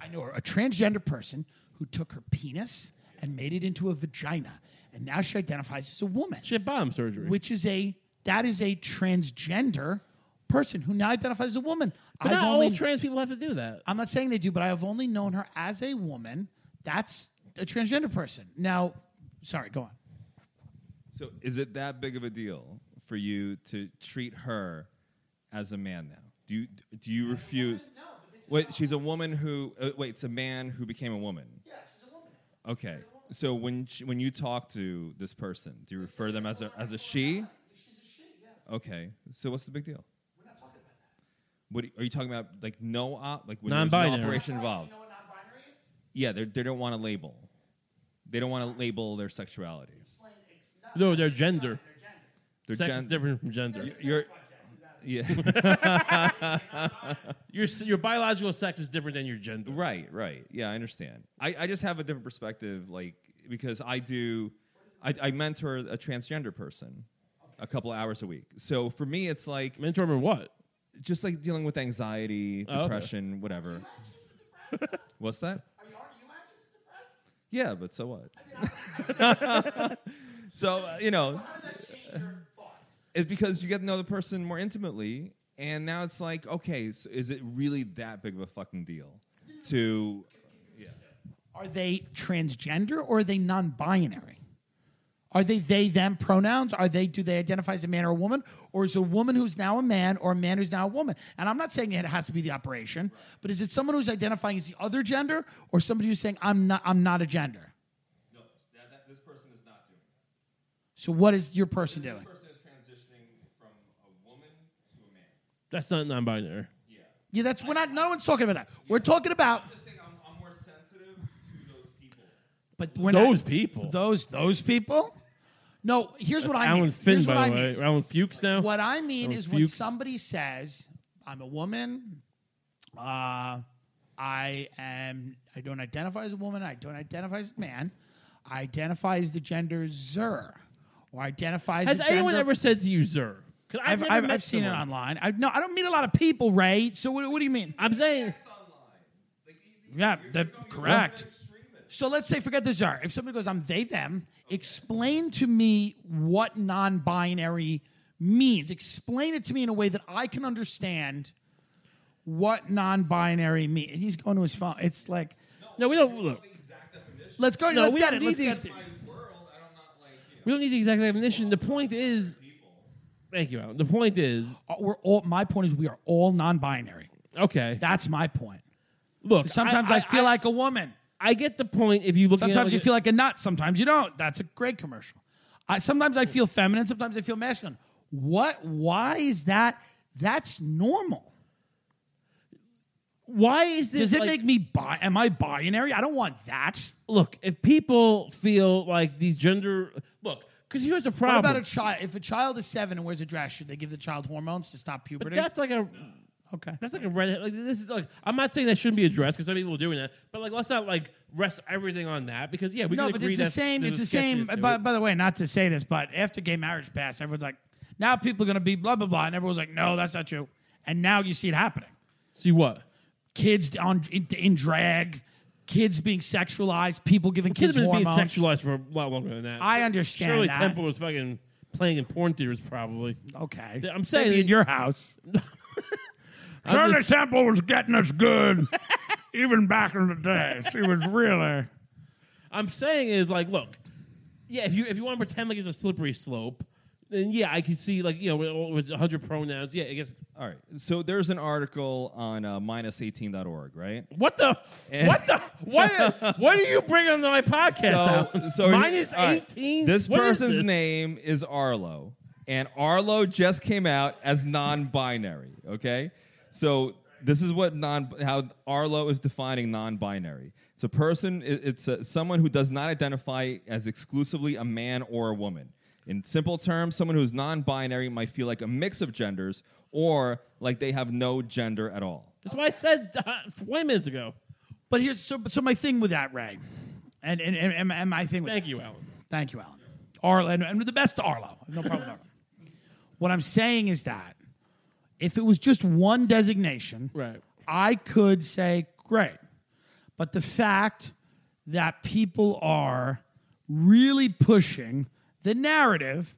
Speaker 2: I know a transgender person who took her penis and made it into a vagina, and now she identifies as a woman.
Speaker 1: She had bottom surgery.
Speaker 2: which is a that is a transgender person who now identifies as a woman.
Speaker 1: but
Speaker 2: I've
Speaker 1: not
Speaker 2: only,
Speaker 1: all trans people have to do that.
Speaker 2: I'm not saying they do, but I have only known her as a woman. That's a transgender person. Now, sorry, go on.
Speaker 4: So is it that big of a deal for you to treat her as a man now? Do you do you refuse? Wait, she's a woman who. Uh, wait, it's a man who became a woman. Yeah, she's a woman. Okay. So when she, when you talk to this person, do you refer them as a as a she? Okay. So what's the big deal? What do you- are you talking about? Like no op, like when there's
Speaker 1: Non-binary.
Speaker 4: no operation involved. Yeah, they they don't want to label. They don't want to label their sexuality.
Speaker 1: No, their gender.
Speaker 4: Their
Speaker 1: Sex is
Speaker 4: gen-
Speaker 1: different from gender.
Speaker 4: You're, yeah,
Speaker 1: Your s- your biological sex is different than your gender.
Speaker 4: right, right. Yeah, I understand. I, I just have a different perspective, like because I do, I, I mentor a transgender person a couple of hours a week. So for me, it's like
Speaker 1: Mentor or what?
Speaker 4: just like dealing with anxiety,
Speaker 1: okay.
Speaker 4: depression, whatever. What's that? Yeah, but so what? so uh, you know, it's because you get to know the person more intimately, and now it's like, okay, so is it really that big of a fucking deal? To
Speaker 2: Are they transgender or are they non-binary? Are they they them pronouns? Are they do they identify as a man or a woman, or is a woman who's now a man or a man who's now a woman? And I'm not saying it has to be the operation, but is it someone who's identifying as the other gender or somebody who's saying I'm not I'm not a gender?
Speaker 4: no, that, that, this person is not doing.
Speaker 2: So what is your person doing?
Speaker 4: person is transitioning from a woman to a man.
Speaker 1: That's not non-binary.
Speaker 2: Yeah, that's we're not. No one's talking about that. We're talking about,
Speaker 4: just saying, I'm, I'm more sensitive to those people.
Speaker 2: but we're
Speaker 1: Those
Speaker 2: not,
Speaker 1: people.
Speaker 2: Those those people. No, here's what I
Speaker 1: Alan
Speaker 2: mean.
Speaker 1: Finn,
Speaker 2: here's
Speaker 1: by
Speaker 2: what I
Speaker 1: the
Speaker 2: mean.
Speaker 1: way. Alan Fuchs now.
Speaker 2: What I mean
Speaker 1: Alan
Speaker 2: is when
Speaker 1: Fuchs.
Speaker 2: somebody says, "I'm a woman," uh, I am. I don't identify as a woman. I don't identify as a man. I identify as the gender zer, or identify as
Speaker 1: Has
Speaker 2: the
Speaker 1: anyone
Speaker 2: gender-
Speaker 1: ever said to you, "Sir"? 'Cause
Speaker 2: I've,
Speaker 1: never
Speaker 2: I've,
Speaker 1: met
Speaker 2: I've seen it
Speaker 1: someone.
Speaker 2: online. I, no, I don't meet a lot of people, Ray. So what, what do you mean?
Speaker 1: I'm saying
Speaker 2: Yeah, that, correct. So let's say, forget the czar. If somebody goes, I'm they, them, explain to me what non binary means. Explain it to me in a way that I can understand what non binary means. He's going to his phone. It's like,
Speaker 1: no. We don't look.
Speaker 2: let's go.
Speaker 1: No,
Speaker 2: let's
Speaker 1: we
Speaker 2: get
Speaker 1: don't
Speaker 2: it. Let's
Speaker 1: need
Speaker 2: get
Speaker 1: the-
Speaker 2: it.
Speaker 1: We don't need the exact definition. The point is, thank you, Alan. The point is,
Speaker 2: Uh, We're all, my point is, we are all non binary.
Speaker 1: okay.
Speaker 2: That's my point.
Speaker 1: Look,
Speaker 2: Sometimes I, feel like a woman.
Speaker 1: I get the point. If you look, at it
Speaker 2: Sometimes
Speaker 1: like
Speaker 2: you
Speaker 1: a-
Speaker 2: feel like a nut. Sometimes you don't. That's a great commercial. I, sometimes I feel feminine. Sometimes I feel masculine. What? Why is that? That's normal.
Speaker 1: why is this?
Speaker 2: Does it
Speaker 1: like-
Speaker 2: make me bi? Am I binary? I don't want that.
Speaker 1: look? If people feel like these gender look, because here's the
Speaker 2: What
Speaker 1: problem.
Speaker 2: about a child? If a child is seven and wears a dress, should they give the child hormones to stop puberty?
Speaker 1: That's like a
Speaker 3: Okay.
Speaker 1: That's like a red. Like this is like I'm not saying that shouldn't be addressed because some people are doing that, but like let's not like rest everything on that because yeah, we
Speaker 2: no,
Speaker 1: can
Speaker 2: but
Speaker 1: agree
Speaker 2: it's the
Speaker 1: that
Speaker 2: same.
Speaker 1: there's
Speaker 2: It's
Speaker 1: a
Speaker 2: the same.
Speaker 1: sketchiness to
Speaker 2: By,
Speaker 1: it.
Speaker 2: by the way, not to say this, but after gay marriage passed, everyone's like, now people are going to be blah blah blah, and everyone's like, no, that's not true. And now you see it happening.
Speaker 1: see what
Speaker 2: Kids on in, in drag, kids being sexualized, people giving
Speaker 1: kids
Speaker 2: kids
Speaker 1: have been being
Speaker 2: hormones.
Speaker 1: sexualized for a lot longer than that.
Speaker 2: I understand
Speaker 1: Shirley
Speaker 2: that.
Speaker 1: Temple was fucking playing in porn theaters probably.
Speaker 2: Okay,
Speaker 1: I'm saying-
Speaker 2: Maybe in your house.
Speaker 3: Shirley Temple was getting us good, even back in the day. She was really.
Speaker 1: I'm saying is like, look, yeah, if you if you want to pretend like it's a slippery slope, then yeah, I can see like you know with, with 100 pronouns. Yeah, I guess
Speaker 4: All right. So there's an article on uh, minus18.org, right?
Speaker 1: what the what the what what do you bring on my podcast?
Speaker 4: So,
Speaker 1: now?
Speaker 4: so
Speaker 1: minus
Speaker 4: all right.
Speaker 1: 18.
Speaker 4: This
Speaker 1: What is
Speaker 4: person's
Speaker 1: this?
Speaker 4: name is Arlo, and Arlo just came out as non-binary. Okay, so this is what non how Arlo is defining non-binary. It's a person. it- It's a, someone who does not identify as exclusively a man or a woman. In simple terms, someone who's non-binary might feel like a mix of genders or like they have no gender at all.
Speaker 1: That's why I said uh, 20 minutes ago.
Speaker 2: But here's so so my thing with that, Ray, and and and, and, and my thing with
Speaker 1: Thank you, Alan.
Speaker 2: Thank you, Alan. Arlo, and, and the best to Arlo. I have no problem with Arlo. What I'm saying is that if it was just one designation,
Speaker 1: Right.
Speaker 2: I could say, great. But the fact that people are really pushing the narrative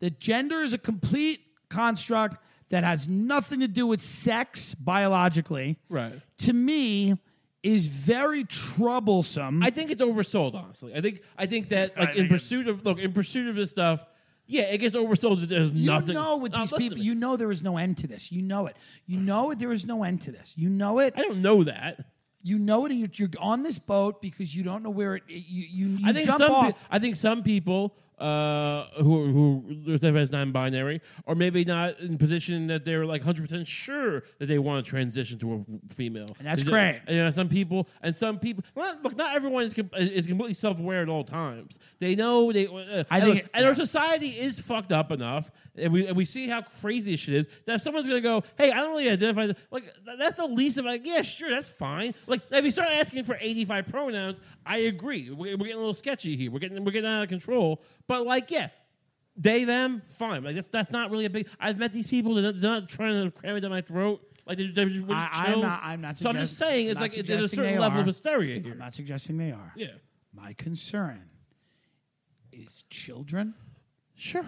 Speaker 2: that gender is a complete construct that has nothing to do with sex biologically,
Speaker 1: Right.
Speaker 2: to me, is very troublesome.
Speaker 1: I think it's oversold, honestly. I think I think that like in
Speaker 2: think it's-
Speaker 1: pursuit of look in pursuit of this stuff, yeah, it gets oversold. that There's
Speaker 2: You
Speaker 1: nothing.
Speaker 2: know with
Speaker 1: No,
Speaker 2: these
Speaker 1: listen to
Speaker 2: people,
Speaker 1: me.
Speaker 2: you know there is no end to this. You know it. You know there is no end to this. You know it.
Speaker 1: I don't know that.
Speaker 2: You know it, and you're, you're on this boat because you don't know where it. it- You you, you
Speaker 1: I think
Speaker 2: jump
Speaker 1: some. pe-
Speaker 2: off.
Speaker 1: I think some people uh, who who identify as non-binary or maybe not in position that they're like 100 percent sure that they want to transition to a female. And
Speaker 2: that's great.
Speaker 1: You know, some people and some people. Not, look, not everyone is, com- is completely self-aware at all times. They know they. Uh,
Speaker 2: I
Speaker 1: and
Speaker 2: think
Speaker 1: look,
Speaker 2: it-
Speaker 1: and our society is fucked up enough, and we and we see how crazy this shit is that if someone's gonna go, hey, I don't really identify as-" like th- that's the least of like, yeah, sure, that's fine. Like if you start asking for eighty five pronouns, I agree. We're, we're getting a little sketchy here. We're getting we're getting out of control. But like, yeah. They them fine like that's that's not really a big. I've met these people they're not, they're not trying to cram it down my throat like they they're just, we're just
Speaker 2: I- I'm
Speaker 1: chill.
Speaker 2: not- I'm not
Speaker 1: So I'm just
Speaker 2: suggest-
Speaker 1: saying it's
Speaker 2: not
Speaker 1: like it- there's a
Speaker 2: suggesting
Speaker 1: certain
Speaker 2: they
Speaker 1: level of
Speaker 2: are.
Speaker 1: hysteria here.
Speaker 2: I'm not suggesting they are.
Speaker 1: yeah,
Speaker 2: My concern is children
Speaker 1: sure.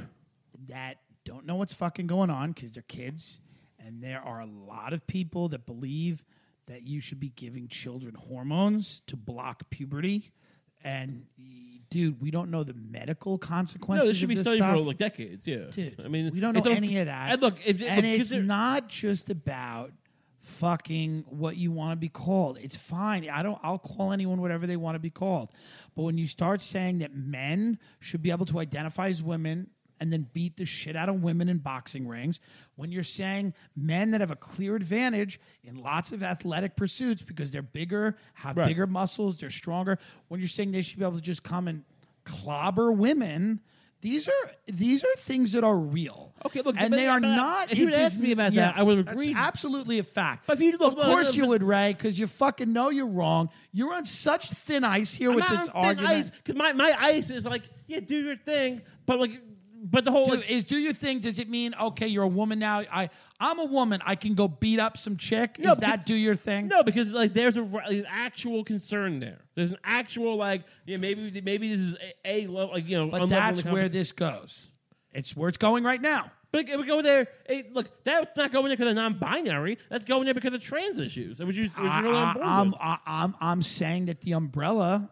Speaker 2: that don't know what's fucking going on because they're kids, and there are a lot of people that believe that you should be giving children hormones to block puberty. And dude, we don't know the medical consequences.
Speaker 1: No, this should
Speaker 2: of
Speaker 1: be
Speaker 2: this
Speaker 1: studied
Speaker 2: stuff.
Speaker 1: for like decades. Yeah,
Speaker 2: Dude,
Speaker 1: I mean,
Speaker 2: we don't know
Speaker 1: it's all-
Speaker 2: any of that.
Speaker 1: And look, if
Speaker 2: and
Speaker 1: look,
Speaker 2: it's
Speaker 1: kids are-
Speaker 2: not just about fucking what you want to be called. It's fine. I don't. I'll call anyone whatever they want to be called. But when you start saying that men should be able to identify as women and then beat the shit out of women in boxing rings, when you're saying men that have a clear advantage in lots of athletic pursuits because they're bigger, have
Speaker 1: Right.
Speaker 2: bigger muscles, they're stronger, when you're saying they should be able to just come and clobber women. These are these are things that are real.
Speaker 1: Okay, look,
Speaker 2: and
Speaker 1: but-
Speaker 2: they are
Speaker 1: but
Speaker 2: not.
Speaker 1: if you
Speaker 2: it's
Speaker 1: had
Speaker 2: just-
Speaker 1: asked me about that, I would have
Speaker 2: that's
Speaker 1: agreed.
Speaker 2: absolutely a fact.
Speaker 1: But if you look-
Speaker 2: of
Speaker 1: look,
Speaker 2: course
Speaker 1: look,
Speaker 2: you
Speaker 1: but-
Speaker 2: would, Ray, because you fucking know you're wrong. You're on such thin ice here with
Speaker 1: I'm
Speaker 2: this
Speaker 1: not on thin
Speaker 2: argument.
Speaker 1: ice, 'cause my, my ice is like, yeah, do your thing, but like, but the whole
Speaker 2: Do,
Speaker 1: like,
Speaker 2: is do you think? Does it mean okay? You're a woman now. I I'm a woman. I can go beat up some chick.
Speaker 1: No,
Speaker 2: is that
Speaker 1: because-
Speaker 2: do your thing?
Speaker 1: no, because like there's a r- there's actual concern there. There's an actual like, yeah, maybe maybe this is a, a level, like you know,
Speaker 2: but
Speaker 1: unlevel
Speaker 2: that's
Speaker 1: of
Speaker 2: where
Speaker 1: competition.
Speaker 2: this goes. It's where it's going right now.
Speaker 1: But if we go there. Hey, look, that's not going there because of non-binary. That's going there because of trans issues. Which you, which you're
Speaker 2: I,
Speaker 1: really on board
Speaker 2: I, am
Speaker 1: with.
Speaker 2: I, I'm I'm saying that the umbrella.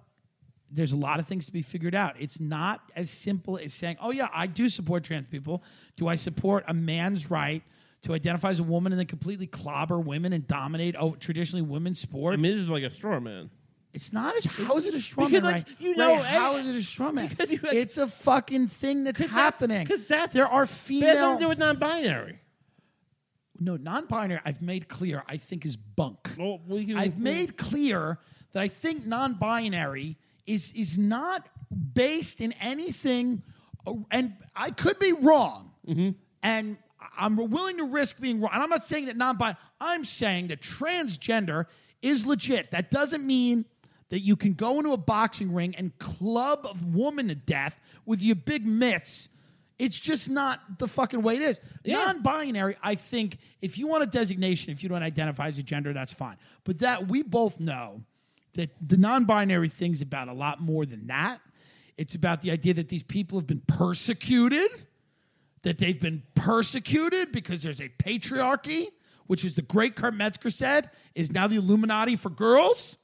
Speaker 2: There's a lot of things to be figured out. It's not as simple as saying, "Oh yeah, I do support trans people. Do I support a man's right to identify as a woman and then completely clobber women and dominate oh, traditionally women's sport?"
Speaker 1: I mean, this is like a straw man.
Speaker 2: it's not. As, how is it a straw
Speaker 1: because,
Speaker 2: man?
Speaker 1: like,
Speaker 2: Ray?
Speaker 1: you
Speaker 2: Ray,
Speaker 1: know,
Speaker 2: how
Speaker 1: eh,
Speaker 2: is it a straw man?
Speaker 1: because you-
Speaker 2: it's a fucking thing that's happening.
Speaker 1: Because that's
Speaker 2: there are
Speaker 1: but That's nothing to do
Speaker 2: female.
Speaker 1: with non-binary.
Speaker 2: No, non-binary. I've made clear. I think is bunk.
Speaker 1: Well, Oh, we can,
Speaker 2: I've made clear that I think non-binary is is not
Speaker 1: Mm-hmm.
Speaker 2: based in anything, uh, and I could be wrong. And I'm willing to risk being wrong. And I'm not saying that non bi, I'm saying that transgender is legit. That doesn't mean that you can go into a boxing ring and club a woman to death with your big mitts. It's just not the fucking way it is. Non binary, I think, if you want a designation, if you don't identify as a gender, that's fine. But that we both know that the non binary thing's about a lot more than that. It's about the idea that these people have been persecuted that they've been persecuted because there's a patriarchy, which is the great Kurt Metzger said is now the Illuminati for girls.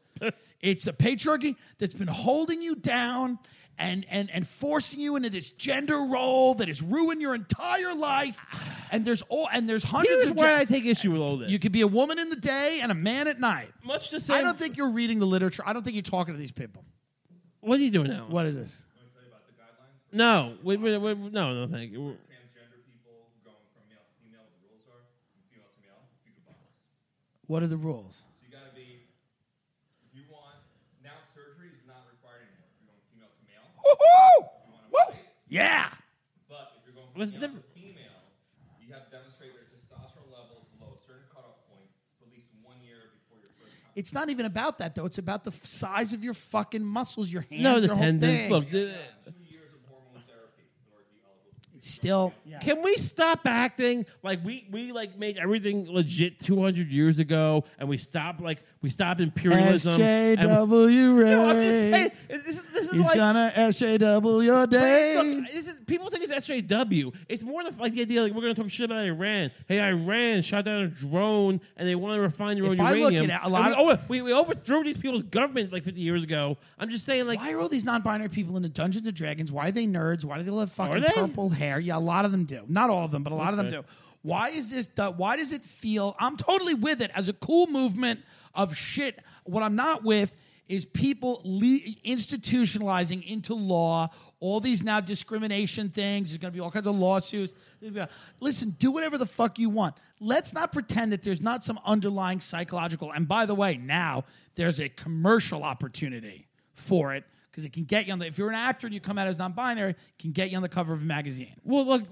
Speaker 2: it's a patriarchy that's been holding you down and, and, and forcing you into this gender role that has ruined your entire life. And there's all and there's hundreds
Speaker 1: Here's
Speaker 2: of
Speaker 1: why I take issue with all this.
Speaker 2: you could be a woman in the day and a man at night.
Speaker 1: Much the same.
Speaker 2: I don't think you're reading the literature. I don't think you're talking to these people.
Speaker 1: What are you doing now?
Speaker 2: What is this?
Speaker 1: No, wait, wait, wait, no, no, thank you.
Speaker 4: Transgender people going from male to female, the rules are from female to male, you can box.
Speaker 2: What are the rules?
Speaker 4: So you gotta be, if you want, now surgery is not required anymore. If you're going female to male,
Speaker 2: Woo! Woo! Yeah.
Speaker 4: but if you're going
Speaker 1: What's
Speaker 4: from male
Speaker 1: different?
Speaker 4: to female, you have to demonstrate your testosterone levels below a certain cutoff point for at least one year before your first time.
Speaker 2: It's not even about that though. It's about the f- size of your fucking muscles, your hands,
Speaker 1: No, the
Speaker 2: your whole
Speaker 1: tendons.
Speaker 2: thing.
Speaker 1: Look, the-
Speaker 4: Two years of hormone therapy in order to be eligible.
Speaker 2: still,
Speaker 1: can we stop acting like we we like made everything legit 200 years ago, and we stopped like we stopped imperialism. um, and-
Speaker 2: SJW Ray.
Speaker 1: No, I'm just saying this is this is
Speaker 2: He's
Speaker 1: like.
Speaker 2: gonna SJW your day.
Speaker 1: Look, this is, people think it's SJW. It's more the, like the idea like we're going to talk shit about Iran. Hey, Iran shot down a drone and they want to refine their
Speaker 2: If
Speaker 1: own
Speaker 2: I look
Speaker 1: uranium.
Speaker 2: at a
Speaker 1: And
Speaker 2: lot
Speaker 1: we,
Speaker 2: of-
Speaker 1: over- we, we overthrew these people's government like 50 years ago. I'm just saying, like,
Speaker 2: why are all these non-binary people into Dungeons and Dragons? Why are they nerds? Why do they all have fucking
Speaker 1: Are they?
Speaker 2: purple hair? Yeah, a lot of them do. Not all of them, but a lot of them
Speaker 1: Okay.
Speaker 2: do. Why is this? du- Why does it feel? I'm totally with it as a cool movement of shit. What I'm not with is people le- institutionalizing into law all these now discrimination things. There's going to be all kinds of lawsuits. Listen, do whatever the fuck you want. Let's not pretend that there's not some underlying psychological. And by the way, now there's a commercial opportunity for it because it can get you on the. If you're an actor and you come out as non-binary, it can get you on the cover of a magazine.
Speaker 1: Well, look,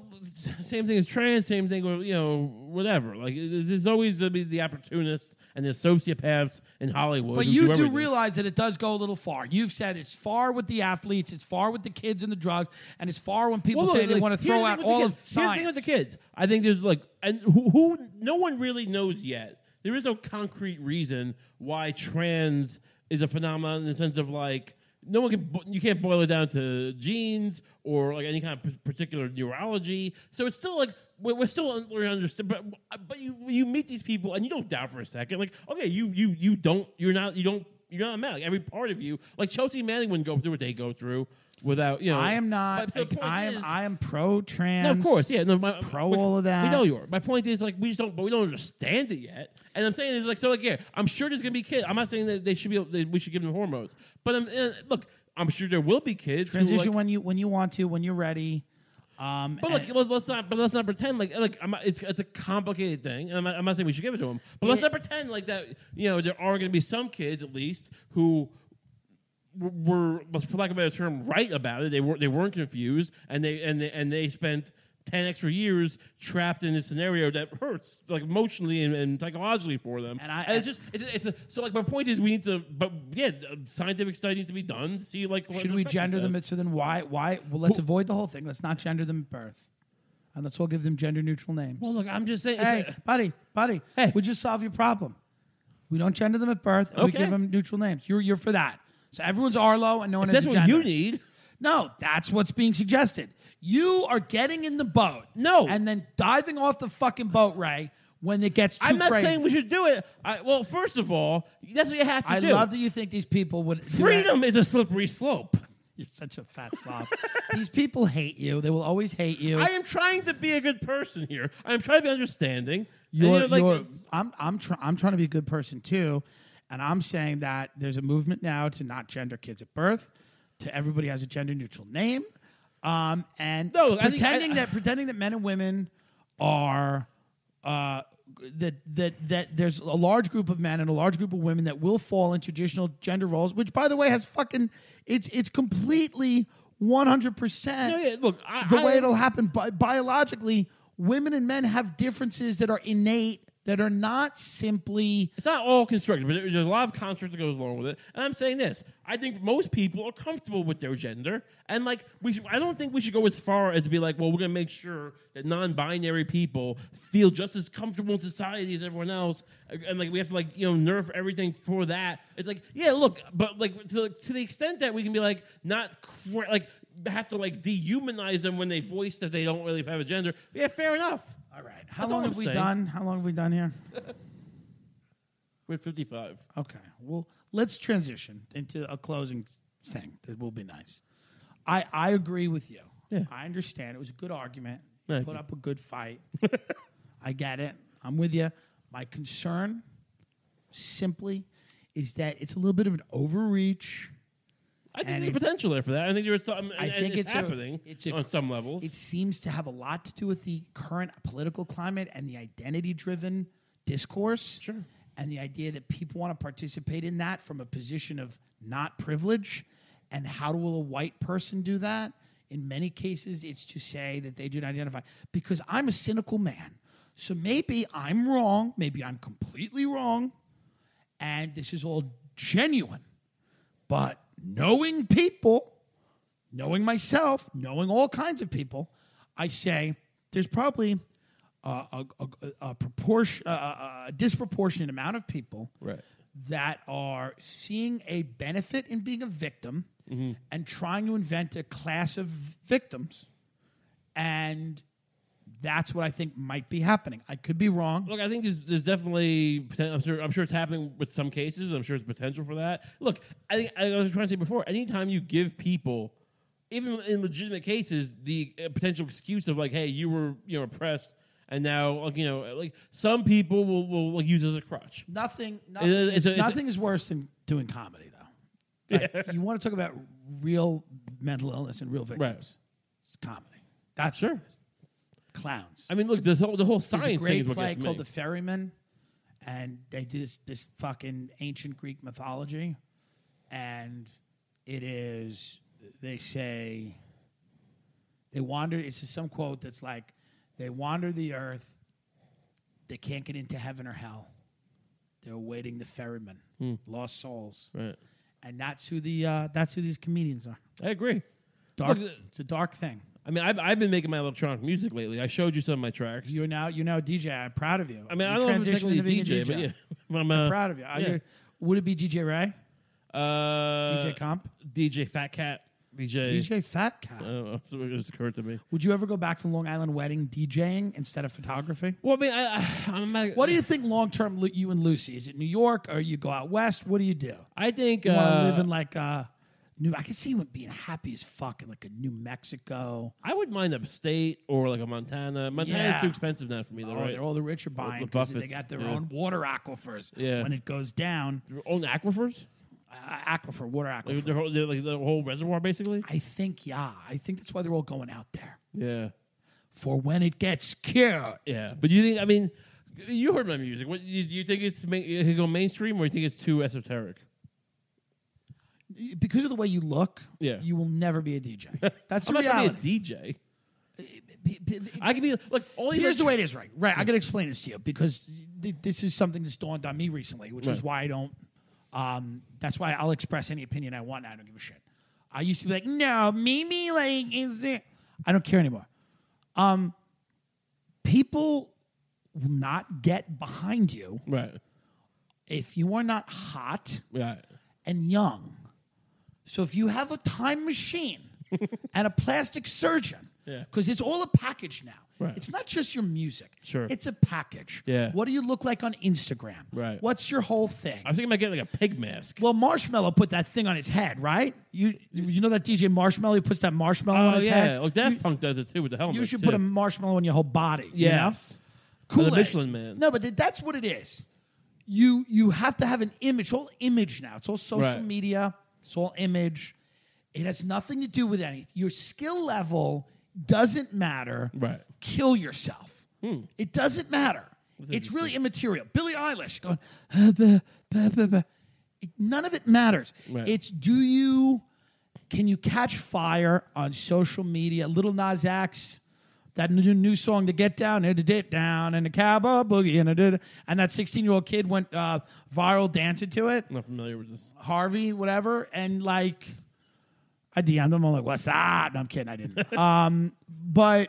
Speaker 1: same thing as trans, same thing with you know whatever. Like it- there's always gonna be the opportunists and the sociopaths in Hollywood.
Speaker 2: But
Speaker 1: who
Speaker 2: you do
Speaker 1: everything.
Speaker 2: realize that it does go a little far. You've said it's far with the athletes, it's far with the kids and the drugs, and it's far when people
Speaker 1: Well,
Speaker 2: say
Speaker 1: look,
Speaker 2: they
Speaker 1: like,
Speaker 2: want to
Speaker 1: here's the
Speaker 2: throw
Speaker 1: thing
Speaker 2: out
Speaker 1: with the
Speaker 2: all
Speaker 1: kids.
Speaker 2: of
Speaker 1: Here's the thing
Speaker 2: science.
Speaker 1: with the kids. I think there's like and who, who no one really knows yet. There is no concrete reason why trans is a phenomenon in the sense of like no one can bo- you can't boil it down to genes or like any kind of p- particular neurology. So it's still like we're, we're still un- we're understood, but but you you meet these people and you don't doubt for a second. Like okay, you you you don't you're not you don't. You're not mad. Like every part of you, like Chelsea Manning wouldn't go through what they go through without you know.
Speaker 2: I am
Speaker 1: But-
Speaker 2: not.
Speaker 1: so the point
Speaker 2: I am.
Speaker 1: is-
Speaker 2: I am pro trans.
Speaker 1: no, of course, yeah. No, my,
Speaker 2: pro
Speaker 1: we-
Speaker 2: all of that.
Speaker 1: We know you are. My point is, like, we just don't, but we don't understand it yet. And I'm saying is, like, so, like, yeah, I'm sure there's gonna be kids. I'm not saying that they should be, that we should give them hormones, but I'm, uh, look, I'm sure there will be kids. who,
Speaker 2: Transition
Speaker 1: like-
Speaker 2: when you when you want to, when you're ready. Um,
Speaker 1: but look, let- let's not, but let's not pretend like, like, I'm, not- it's it's a complicated thing, and I'm not, I'm not saying we should give it to them, but let's
Speaker 2: Yeah.
Speaker 1: not pretend like that. You know, there are gonna be some kids at least who were, for lack of a better term, right about it. They were they weren't confused, and they and they, and they spent ten extra years trapped in a scenario that hurts like emotionally and, and psychologically for them.
Speaker 2: And I-
Speaker 1: it's just it's, it's a, so like my point is we need to, but yeah, scientific study needs to be done. to See like what
Speaker 2: should
Speaker 1: it
Speaker 2: we
Speaker 1: affects
Speaker 2: gender them?
Speaker 1: us.
Speaker 2: So then why why? Well, let's avoid the whole thing. Let's not gender them at birth, and let's all give them gender neutral names.
Speaker 1: Well, look, I'm just saying. it's
Speaker 2: hey,
Speaker 1: a-
Speaker 2: buddy, buddy,
Speaker 1: Hey.
Speaker 2: we just solve your problem. We don't gender them at birth. and We
Speaker 1: Okay.
Speaker 2: give them neutral names. You're you're for that. So everyone's Arlo and no one
Speaker 1: if
Speaker 2: has
Speaker 1: that's
Speaker 2: a
Speaker 1: what
Speaker 2: gender.
Speaker 1: you need.
Speaker 2: No, that's what's being suggested. You are getting in the boat.
Speaker 1: No.
Speaker 2: and then diving off the fucking boat, Ray. When it gets too
Speaker 1: I'm not
Speaker 2: crazy.
Speaker 1: saying we should do it. I, well, first of all, that's what you have to
Speaker 2: I
Speaker 1: do.
Speaker 2: love that you think these people would do that.
Speaker 1: Freedom is a slippery slope.
Speaker 2: You're such a fat slob. These people hate you. They will always hate you.
Speaker 1: I am trying to be a good person here. I am trying to be understanding. And,
Speaker 2: You're-
Speaker 1: you know, like,
Speaker 2: you're- I'm, I'm, try, I'm trying to be a good person too. And I'm saying that there's a movement now to not gender kids at birth, to everybody has a gender neutral name. Um, and
Speaker 1: No, I think-
Speaker 2: pretending
Speaker 1: I-
Speaker 2: that pretending that men and women are uh, that that that there's a large group of men and a large group of women that will fall in traditional gender roles, which by the way has fucking it's it's completely 100 percent
Speaker 1: No, yeah, look, I-
Speaker 2: the
Speaker 1: I-
Speaker 2: way it'll happen bi- biologically women and men have differences that are innate that are not simply
Speaker 1: It's not all constructed, but there- there's a lot of construct that goes along with it. And I'm saying this: I think most people are comfortable with their gender, and like we, should, I don't think we should go as far as to be like, well, we're going to make sure that non-binary people feel just as comfortable in society as everyone else, and and, like we have to like you know nerf everything for that. It's like, yeah, look, but like to, to the extent that we can be like not cra- like have to like dehumanize them when they voice that they don't really have a gender. Yeah, fair enough.
Speaker 2: all right how
Speaker 1: That's all
Speaker 2: long have
Speaker 1: I'm
Speaker 2: we
Speaker 1: saying.
Speaker 2: done how long have we done here
Speaker 1: We're 55.
Speaker 2: Okay. Well, let's transition into a closing thing that will be nice. I, I agree with you.
Speaker 1: Yeah.
Speaker 2: I understand. It was a good argument. You
Speaker 1: Thank
Speaker 2: put
Speaker 1: you.
Speaker 2: up a good fight. I get it. I'm with you. My concern simply is that it's a little bit of an overreach.
Speaker 1: I think
Speaker 2: And
Speaker 1: there's
Speaker 2: it-
Speaker 1: potential there for that. I think there's some.
Speaker 2: I
Speaker 1: and
Speaker 2: think
Speaker 1: it's,
Speaker 2: it's a-
Speaker 1: happening
Speaker 2: it's a-
Speaker 1: on some levels.
Speaker 2: It seems to have a lot to do with the current political climate and the identity driven discourse.
Speaker 1: Sure.
Speaker 2: And the idea that people want to participate in that from a position of not privilege. And how will a white person do that? In many cases, it's to say that they do not identify. Because I'm a cynical man. So maybe I'm wrong. Maybe I'm completely wrong. And this is all genuine. But knowing people, knowing myself, knowing all kinds of people, I say there's probably uh, a, a, a, proportion, a- a, a disproportionate amount of people
Speaker 1: Right.
Speaker 2: that are seeing a benefit in being a victim and trying to invent a class of victims. And that's what I think might be happening. I could be wrong.
Speaker 1: Look, I think there's, there's definitely. poten- I'm sure. I'm sure it's happening with some cases. I'm sure it's potential for that. Look, I think I was trying to say before. Anytime you give people, even in legitimate cases, the uh, potential excuse of like, "Hey, you were you know oppressed, and now like you know like some people will will like, use it as a crutch."
Speaker 2: Nothing, nothing,
Speaker 1: it's a-
Speaker 2: is,
Speaker 1: it's a-
Speaker 2: nothing is worse than doing comedy, though. Like, You want to talk about real mental illness and real victims? It's comedy. That's
Speaker 1: Sure.
Speaker 2: Clowns.
Speaker 1: I mean, look, this whole the whole science
Speaker 2: There's a
Speaker 1: thing is
Speaker 2: great
Speaker 1: what
Speaker 2: play
Speaker 1: gets me.
Speaker 2: called The Ferryman, and they do this, this fucking ancient Greek mythology, and it is they say they wander. It's just some quote that's like they wander the earth, they can't get into heaven or hell. They're awaiting the ferryman,
Speaker 1: Hmm.
Speaker 2: lost souls,
Speaker 1: Right.
Speaker 2: and that's who the uh, that's who these comedians are.
Speaker 1: I agree.
Speaker 2: Dark,
Speaker 1: Look,
Speaker 2: it's a dark thing.
Speaker 1: I mean, I've, I've been making my electronic music lately. I showed you some of my tracks.
Speaker 2: You're now you're now a DJ. I'm proud of you.
Speaker 1: I mean,
Speaker 2: you
Speaker 1: I don't know if it's
Speaker 2: transitioned
Speaker 1: technically
Speaker 2: into
Speaker 1: a
Speaker 2: being a
Speaker 1: DJ, but yeah, I'm, uh,
Speaker 2: I'm proud of you. Are
Speaker 1: yeah.
Speaker 2: you- Would it be DJ Ray?
Speaker 1: Uh,
Speaker 2: DJ Comp?
Speaker 1: DJ Fat Cat, DJ.
Speaker 2: DJ Fat Cat.
Speaker 1: I don't know. So it just occurred to me.
Speaker 2: Would you ever go back to Long Island wedding DJing instead of photography?
Speaker 1: Well, I mean, I, I, I'm not,
Speaker 2: What do you think long term, Lu- you and Lucy? Is it New York or you go out west? What do you do?
Speaker 1: I think
Speaker 2: You want to
Speaker 1: uh,
Speaker 2: live in like uh, New? I can see you being happy as fuck in like a New Mexico.
Speaker 1: I would mind upstate or like a Montana. Montana's
Speaker 2: Yeah.
Speaker 1: too expensive now for me, though,
Speaker 2: Oh,
Speaker 1: right?
Speaker 2: they're all the rich are buying
Speaker 1: the
Speaker 2: because they
Speaker 1: Buffets,
Speaker 2: got their
Speaker 1: yeah.
Speaker 2: own water aquifers.
Speaker 1: Yeah.
Speaker 2: When it goes down,
Speaker 1: Their own aquifers,
Speaker 2: uh, aquifer, water
Speaker 1: like,
Speaker 2: aquifer.
Speaker 1: their whole, their, like the whole reservoir, basically.
Speaker 2: I think, yeah, I think that's why they're all going out there
Speaker 1: Yeah,
Speaker 2: for when it gets cute.
Speaker 1: yeah. But you think? I mean, you heard my music. What do you, you think it's main, it could go mainstream, or you think it's too esoteric?
Speaker 2: because of the way you look,
Speaker 1: Yeah.
Speaker 2: you will never be a DJ. That's
Speaker 1: I'm
Speaker 2: the
Speaker 1: not trying
Speaker 2: reality.
Speaker 1: to be a DJ.
Speaker 2: P- p- p-
Speaker 1: I could be like only
Speaker 2: Here's the way it is, right? Right. I got to explain this to you because th- this is something that's dawned on me recently, which is
Speaker 1: Right.
Speaker 2: why I don't. Um, that's why I'll express any opinion I want. And I don't give a shit. I used to be like, no, maybe like is it? I don't care anymore. Um, people will not get behind you
Speaker 1: right.
Speaker 2: if you are not hot
Speaker 1: Yeah.
Speaker 2: and young. So if you have a time machine and a plastic surgeon,
Speaker 1: Yeah.
Speaker 2: because it's all a package now.
Speaker 1: Right.
Speaker 2: It's not just your music.
Speaker 1: Sure.
Speaker 2: It's a package.
Speaker 1: Yeah.
Speaker 2: What do you look like on Instagram?
Speaker 1: Right.
Speaker 2: What's your whole thing?
Speaker 1: I was thinking about getting like a pig mask.
Speaker 2: well, Marshmallow put that thing on his head, right? You you know that DJ Marshmallow he puts that marshmallow on
Speaker 1: Oh
Speaker 2: his
Speaker 1: yeah,
Speaker 2: head.
Speaker 1: like Daft Punk does it too with the helmet.
Speaker 2: You should put a marshmallow on your whole body. you know?
Speaker 1: yes. the
Speaker 2: Kool-Aid.
Speaker 1: Michelin Man.
Speaker 2: No, but th- that's what it is. You you have to have an image, whole image now. It's all social
Speaker 1: Right.
Speaker 2: media. It's all image. It has nothing to do with anything. Your skill level doesn't matter.
Speaker 1: Right.
Speaker 2: Kill yourself. It doesn't matter. it's really immaterial. Billie Eilish going, "Uh, buh, buh, buh, buh." It- none of it matters.
Speaker 1: Right.
Speaker 2: It's do you can you catch fire on social media? Little Nas X that new, new song, The Get Down, and the Dip Down, and the Cowboy Boogie, and, da-da-da. and that 16 year old kid went uh, viral dancing to it.
Speaker 1: I'm not familiar with this.
Speaker 2: Harvey, whatever, and like I DM'd him. I'm like, "What's up?" No, I'm kidding. I didn't. um, but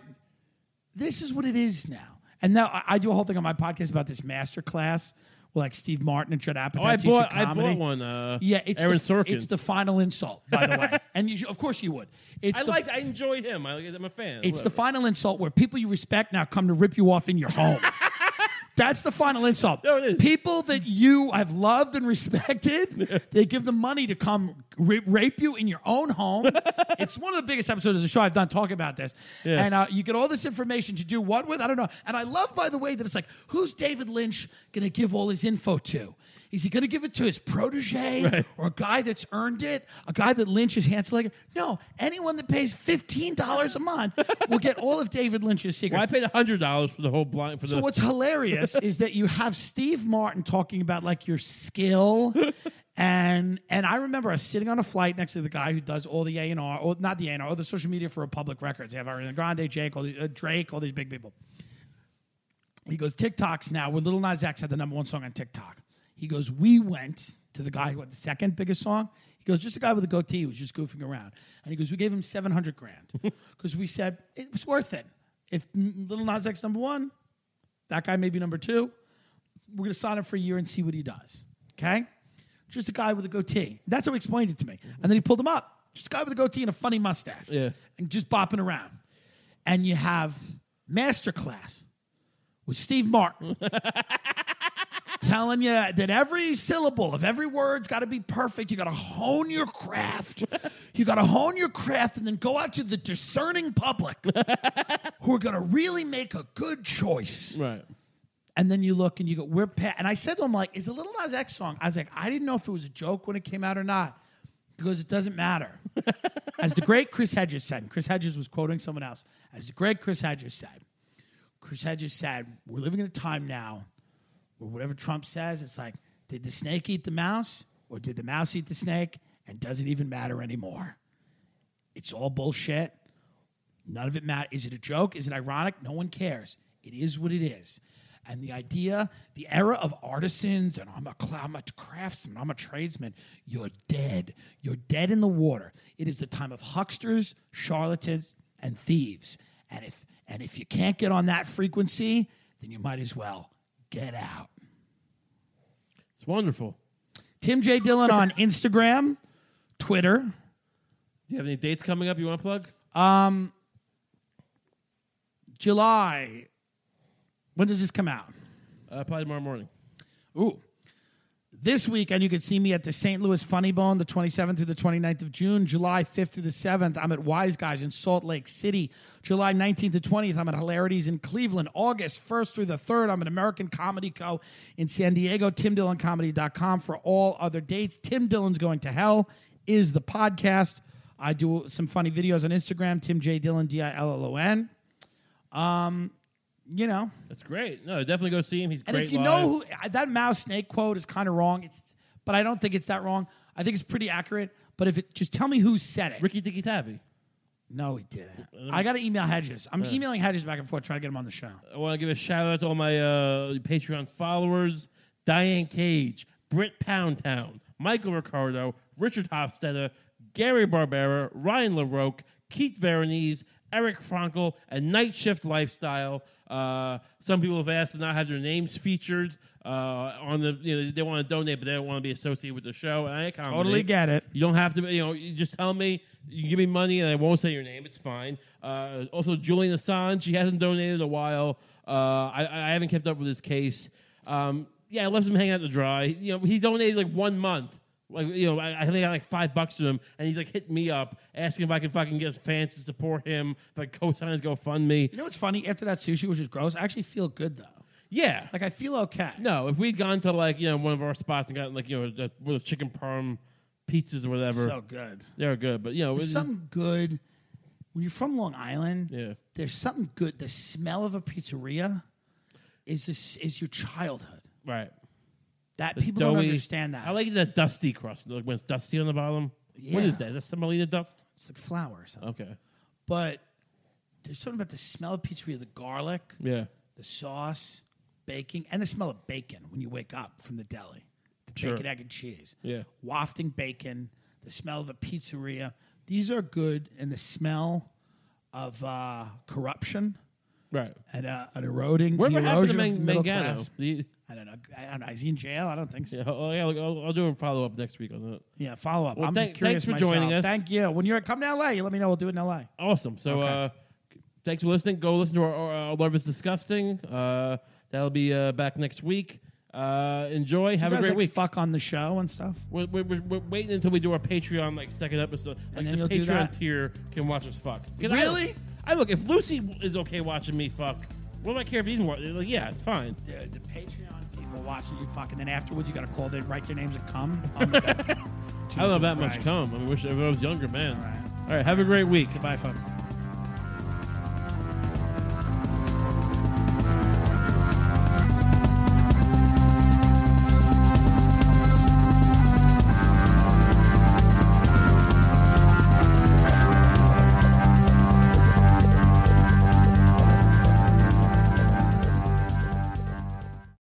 Speaker 2: this is what it is now. And now I, I do a whole thing on my podcast about this master class with like Steve Martin and Judd Apatow
Speaker 1: Oh, I
Speaker 2: teaching
Speaker 1: bought, I
Speaker 2: comedy.
Speaker 1: bought one. Uh,
Speaker 2: Yeah, it's
Speaker 1: Aaron
Speaker 2: the,
Speaker 1: Sorkin.
Speaker 2: It's the final insult, by the way. and you, of course you would. It's
Speaker 1: I
Speaker 2: the,
Speaker 1: like. I enjoy him. I, I'm a fan.
Speaker 2: it's the
Speaker 1: Whatever.
Speaker 2: final insult where people you respect now come to rip you off in your home. That's the final insult.
Speaker 1: No, it is.
Speaker 2: People that you have loved and respected, they give them money to come ra- rape you in your own home. it's one of the biggest episodes of the show I've done talking about this.
Speaker 1: Yeah.
Speaker 2: And uh, you get all this information to do what with? I don't know. And I love, by the way, that it's like, who's David Lynch going to give all his info to? Is he going to give it to his protege or a guy that's earned it? A guy that Lynch is hand selected? No, anyone that pays $15 a month will get all of David Lynch's secrets.
Speaker 1: Well, I paid hundred dollars for the whole blind for
Speaker 2: So
Speaker 1: the.
Speaker 2: what's hilarious is that you have Steve Martin talking about like your skill, and and I remember I was sitting on a flight next to the guy who does all the A and R, or not the A and R, all the social media for Republic Records. They have Ariana Grande, Jake, all these, uh, Drake, all these big people. He goes TikToks now. Where Little Nas X had the number one song on TikTok. He goes, we went to the guy who had the second biggest song. He goes, just a guy with a goatee who was just goofing around, and he goes, we gave him seven hundred grand because we said it was worth it. If mm, Little Nas X number one, that guy may be number two. We're going to sign him for a year and see what he does. Okay? Just a guy with a goatee. That's how he explained it to me. And then he pulled him up. Just a guy with a goatee and a funny mustache.
Speaker 1: Yeah.
Speaker 2: And just bopping around. And you have Masterclass with Steve Martin telling you that every syllable of every word's got to be perfect. You got to hone your craft. you got to hone your craft and then go out to the discerning public who are going to really make a good choice.
Speaker 1: right.
Speaker 2: And then you look and you go, we're pa-. And I said to him, like, is the Little Nas X song? I was like, I didn't know if it was a joke when it came out or not. He goes, it doesn't matter. as the great Chris Hedges said, and Chris Hedges was quoting someone else, as the great Chris Hedges said, Chris Hedges said, we're living in a time now where whatever Trump says, it's like, did the snake eat the mouse or did the mouse eat the snake? And does it even matter anymore? It's all bullshit. None of it matters. Is it a joke? Is it ironic? No one cares. It is what it is. And the idea, the era of artisans, and I'm a, cla- I'm a craftsman, I'm a tradesman, you're dead. You're dead in the water. It is the time of hucksters, charlatans, and thieves. And if, and if you can't get on that frequency, then you might as well get out.
Speaker 1: It's wonderful.
Speaker 2: Tim J. Dillon on Instagram, Twitter.
Speaker 1: Do you have any dates coming up you want to plug?
Speaker 2: July. When does this come out?
Speaker 1: Uh, probably tomorrow morning.
Speaker 2: Ooh. This weekend, you can see me at the St. Louis Funny Bone, the 27th through the 29th of June, July 5th through the 7th. I'm at Wise Guys in Salt Lake City, July 19th to 20th. I'm at Hilarities in Cleveland, August 1st through the 3rd. I'm at American Comedy Co. in San Diego, timdilloncomedy.com for all other dates. Tim Dillon's Going to Hell is the podcast. I do some funny videos on Instagram, Tim J. Dillon, D I L L O N. Um, you know,
Speaker 1: That's great. No, definitely go see him. He's
Speaker 2: and
Speaker 1: great.
Speaker 2: if you
Speaker 1: live.
Speaker 2: know who I- that mouse snake quote is kind of wrong, it's but I don't think it's that wrong. I think it's pretty accurate. But if it just tell me who said it.
Speaker 1: Ricky Dicky Tavi.
Speaker 2: No, he didn't. I got to email Hedges. I'm emailing Hedges back and forth trying to get him on the show.
Speaker 1: I want to give a shout out to all my uh, Patreon followers Diane Cage, Britt Poundtown, Michael Ricardo, Richard Hofstadter, Gary Barbera, Ryan LaRoque, Keith Veronese, Eric Frankel, and Night Shift Lifestyle. Uh, some people have asked to not have their names featured uh, on the, you know, they want to donate, but they don't want to be associated with the show. And I accommodate.
Speaker 2: Totally get it.
Speaker 1: You don't have to, you know, you just tell me, you give me money and I won't say your name. It's fine. Uh, also, Julian Assange, he hasn't donated in a while. Uh, I, I haven't kept up with his case. Um, yeah, I left him hanging out to dry. You know, he donated like one month. Like, you know, I, I think I got like five bucks to him and he's like hit me up asking if I can fucking get fans to support him, if I co sign his GoFundMe.
Speaker 2: You know what's funny? After that sushi, which is gross, I actually feel good though.
Speaker 1: Yeah.
Speaker 2: Like I feel okay.
Speaker 1: No, if we'd gone to like, you know, one of our spots and gotten like, you know, the, one of those chicken parm pizzas or whatever,
Speaker 2: so good.
Speaker 1: they were good. But, you know, it was-
Speaker 2: There's something good when you're from Long Island.
Speaker 1: Yeah.
Speaker 2: There's something good. The smell of a pizzeria is this is your childhood.
Speaker 1: right.
Speaker 2: That
Speaker 1: The
Speaker 2: people don't
Speaker 1: doughy-
Speaker 2: understand that.
Speaker 1: I like that dusty crust, like when it's dusty on the bottom.
Speaker 2: Yeah.
Speaker 1: What is that? Is that semolina dust?
Speaker 2: it's like flour or something.
Speaker 1: Okay.
Speaker 2: but There's something about the smell of pizzeria, the garlic,
Speaker 1: Yeah.
Speaker 2: the sauce, baking, and the smell of bacon when you wake up from the deli. The
Speaker 1: Sure.
Speaker 2: bacon, egg, and cheese.
Speaker 1: Yeah.
Speaker 2: Wafting bacon, the smell of a pizzeria. These are good, and the smell of uh, corruption
Speaker 1: Right.
Speaker 2: and uh, an eroding.
Speaker 1: Whatever
Speaker 2: the
Speaker 1: happened to
Speaker 2: erosion
Speaker 1: Man-
Speaker 2: of middle
Speaker 1: Mangano?
Speaker 2: class.
Speaker 1: The-
Speaker 2: I don't know. I don't know. Is he in jail? I don't think so.
Speaker 1: Yeah, oh, yeah, look, I'll, I'll do a follow up next week on that.
Speaker 2: Yeah, follow up. I'm
Speaker 1: thank-
Speaker 2: curious
Speaker 1: thanks for joining us.
Speaker 2: myself. Thank you. When you're come to LA, you let me know. We'll do it in LA.
Speaker 1: Awesome. So uh, thanks for listening. Go listen to our, our, our Love is Disgusting. Uh, that'll be uh, back next week. Uh, enjoy. Have a
Speaker 2: You guys,
Speaker 1: great
Speaker 2: like,
Speaker 1: week.
Speaker 2: Fuck on the show and stuff.
Speaker 1: We're, we're, we're, we're waiting until we do our Patreon like second episode. Like
Speaker 2: then
Speaker 1: the
Speaker 2: you'll do
Speaker 1: Patreon
Speaker 2: that?
Speaker 1: tier can watch us fuck. 'Cause
Speaker 2: Really?
Speaker 1: I, I look if Lucy is okay watching me fuck. What do I care if he's watching? Like, yeah, it's fine.
Speaker 2: The, the Patreon people watching you fuck, and then afterwards you got to call them, write their names, and come. Oh my God.
Speaker 1: I don't
Speaker 2: Jesus
Speaker 1: have that much
Speaker 2: Christ.
Speaker 1: cum. I wish I was younger, man. All
Speaker 2: right.
Speaker 1: right. Have a great week.
Speaker 2: Goodbye, folks.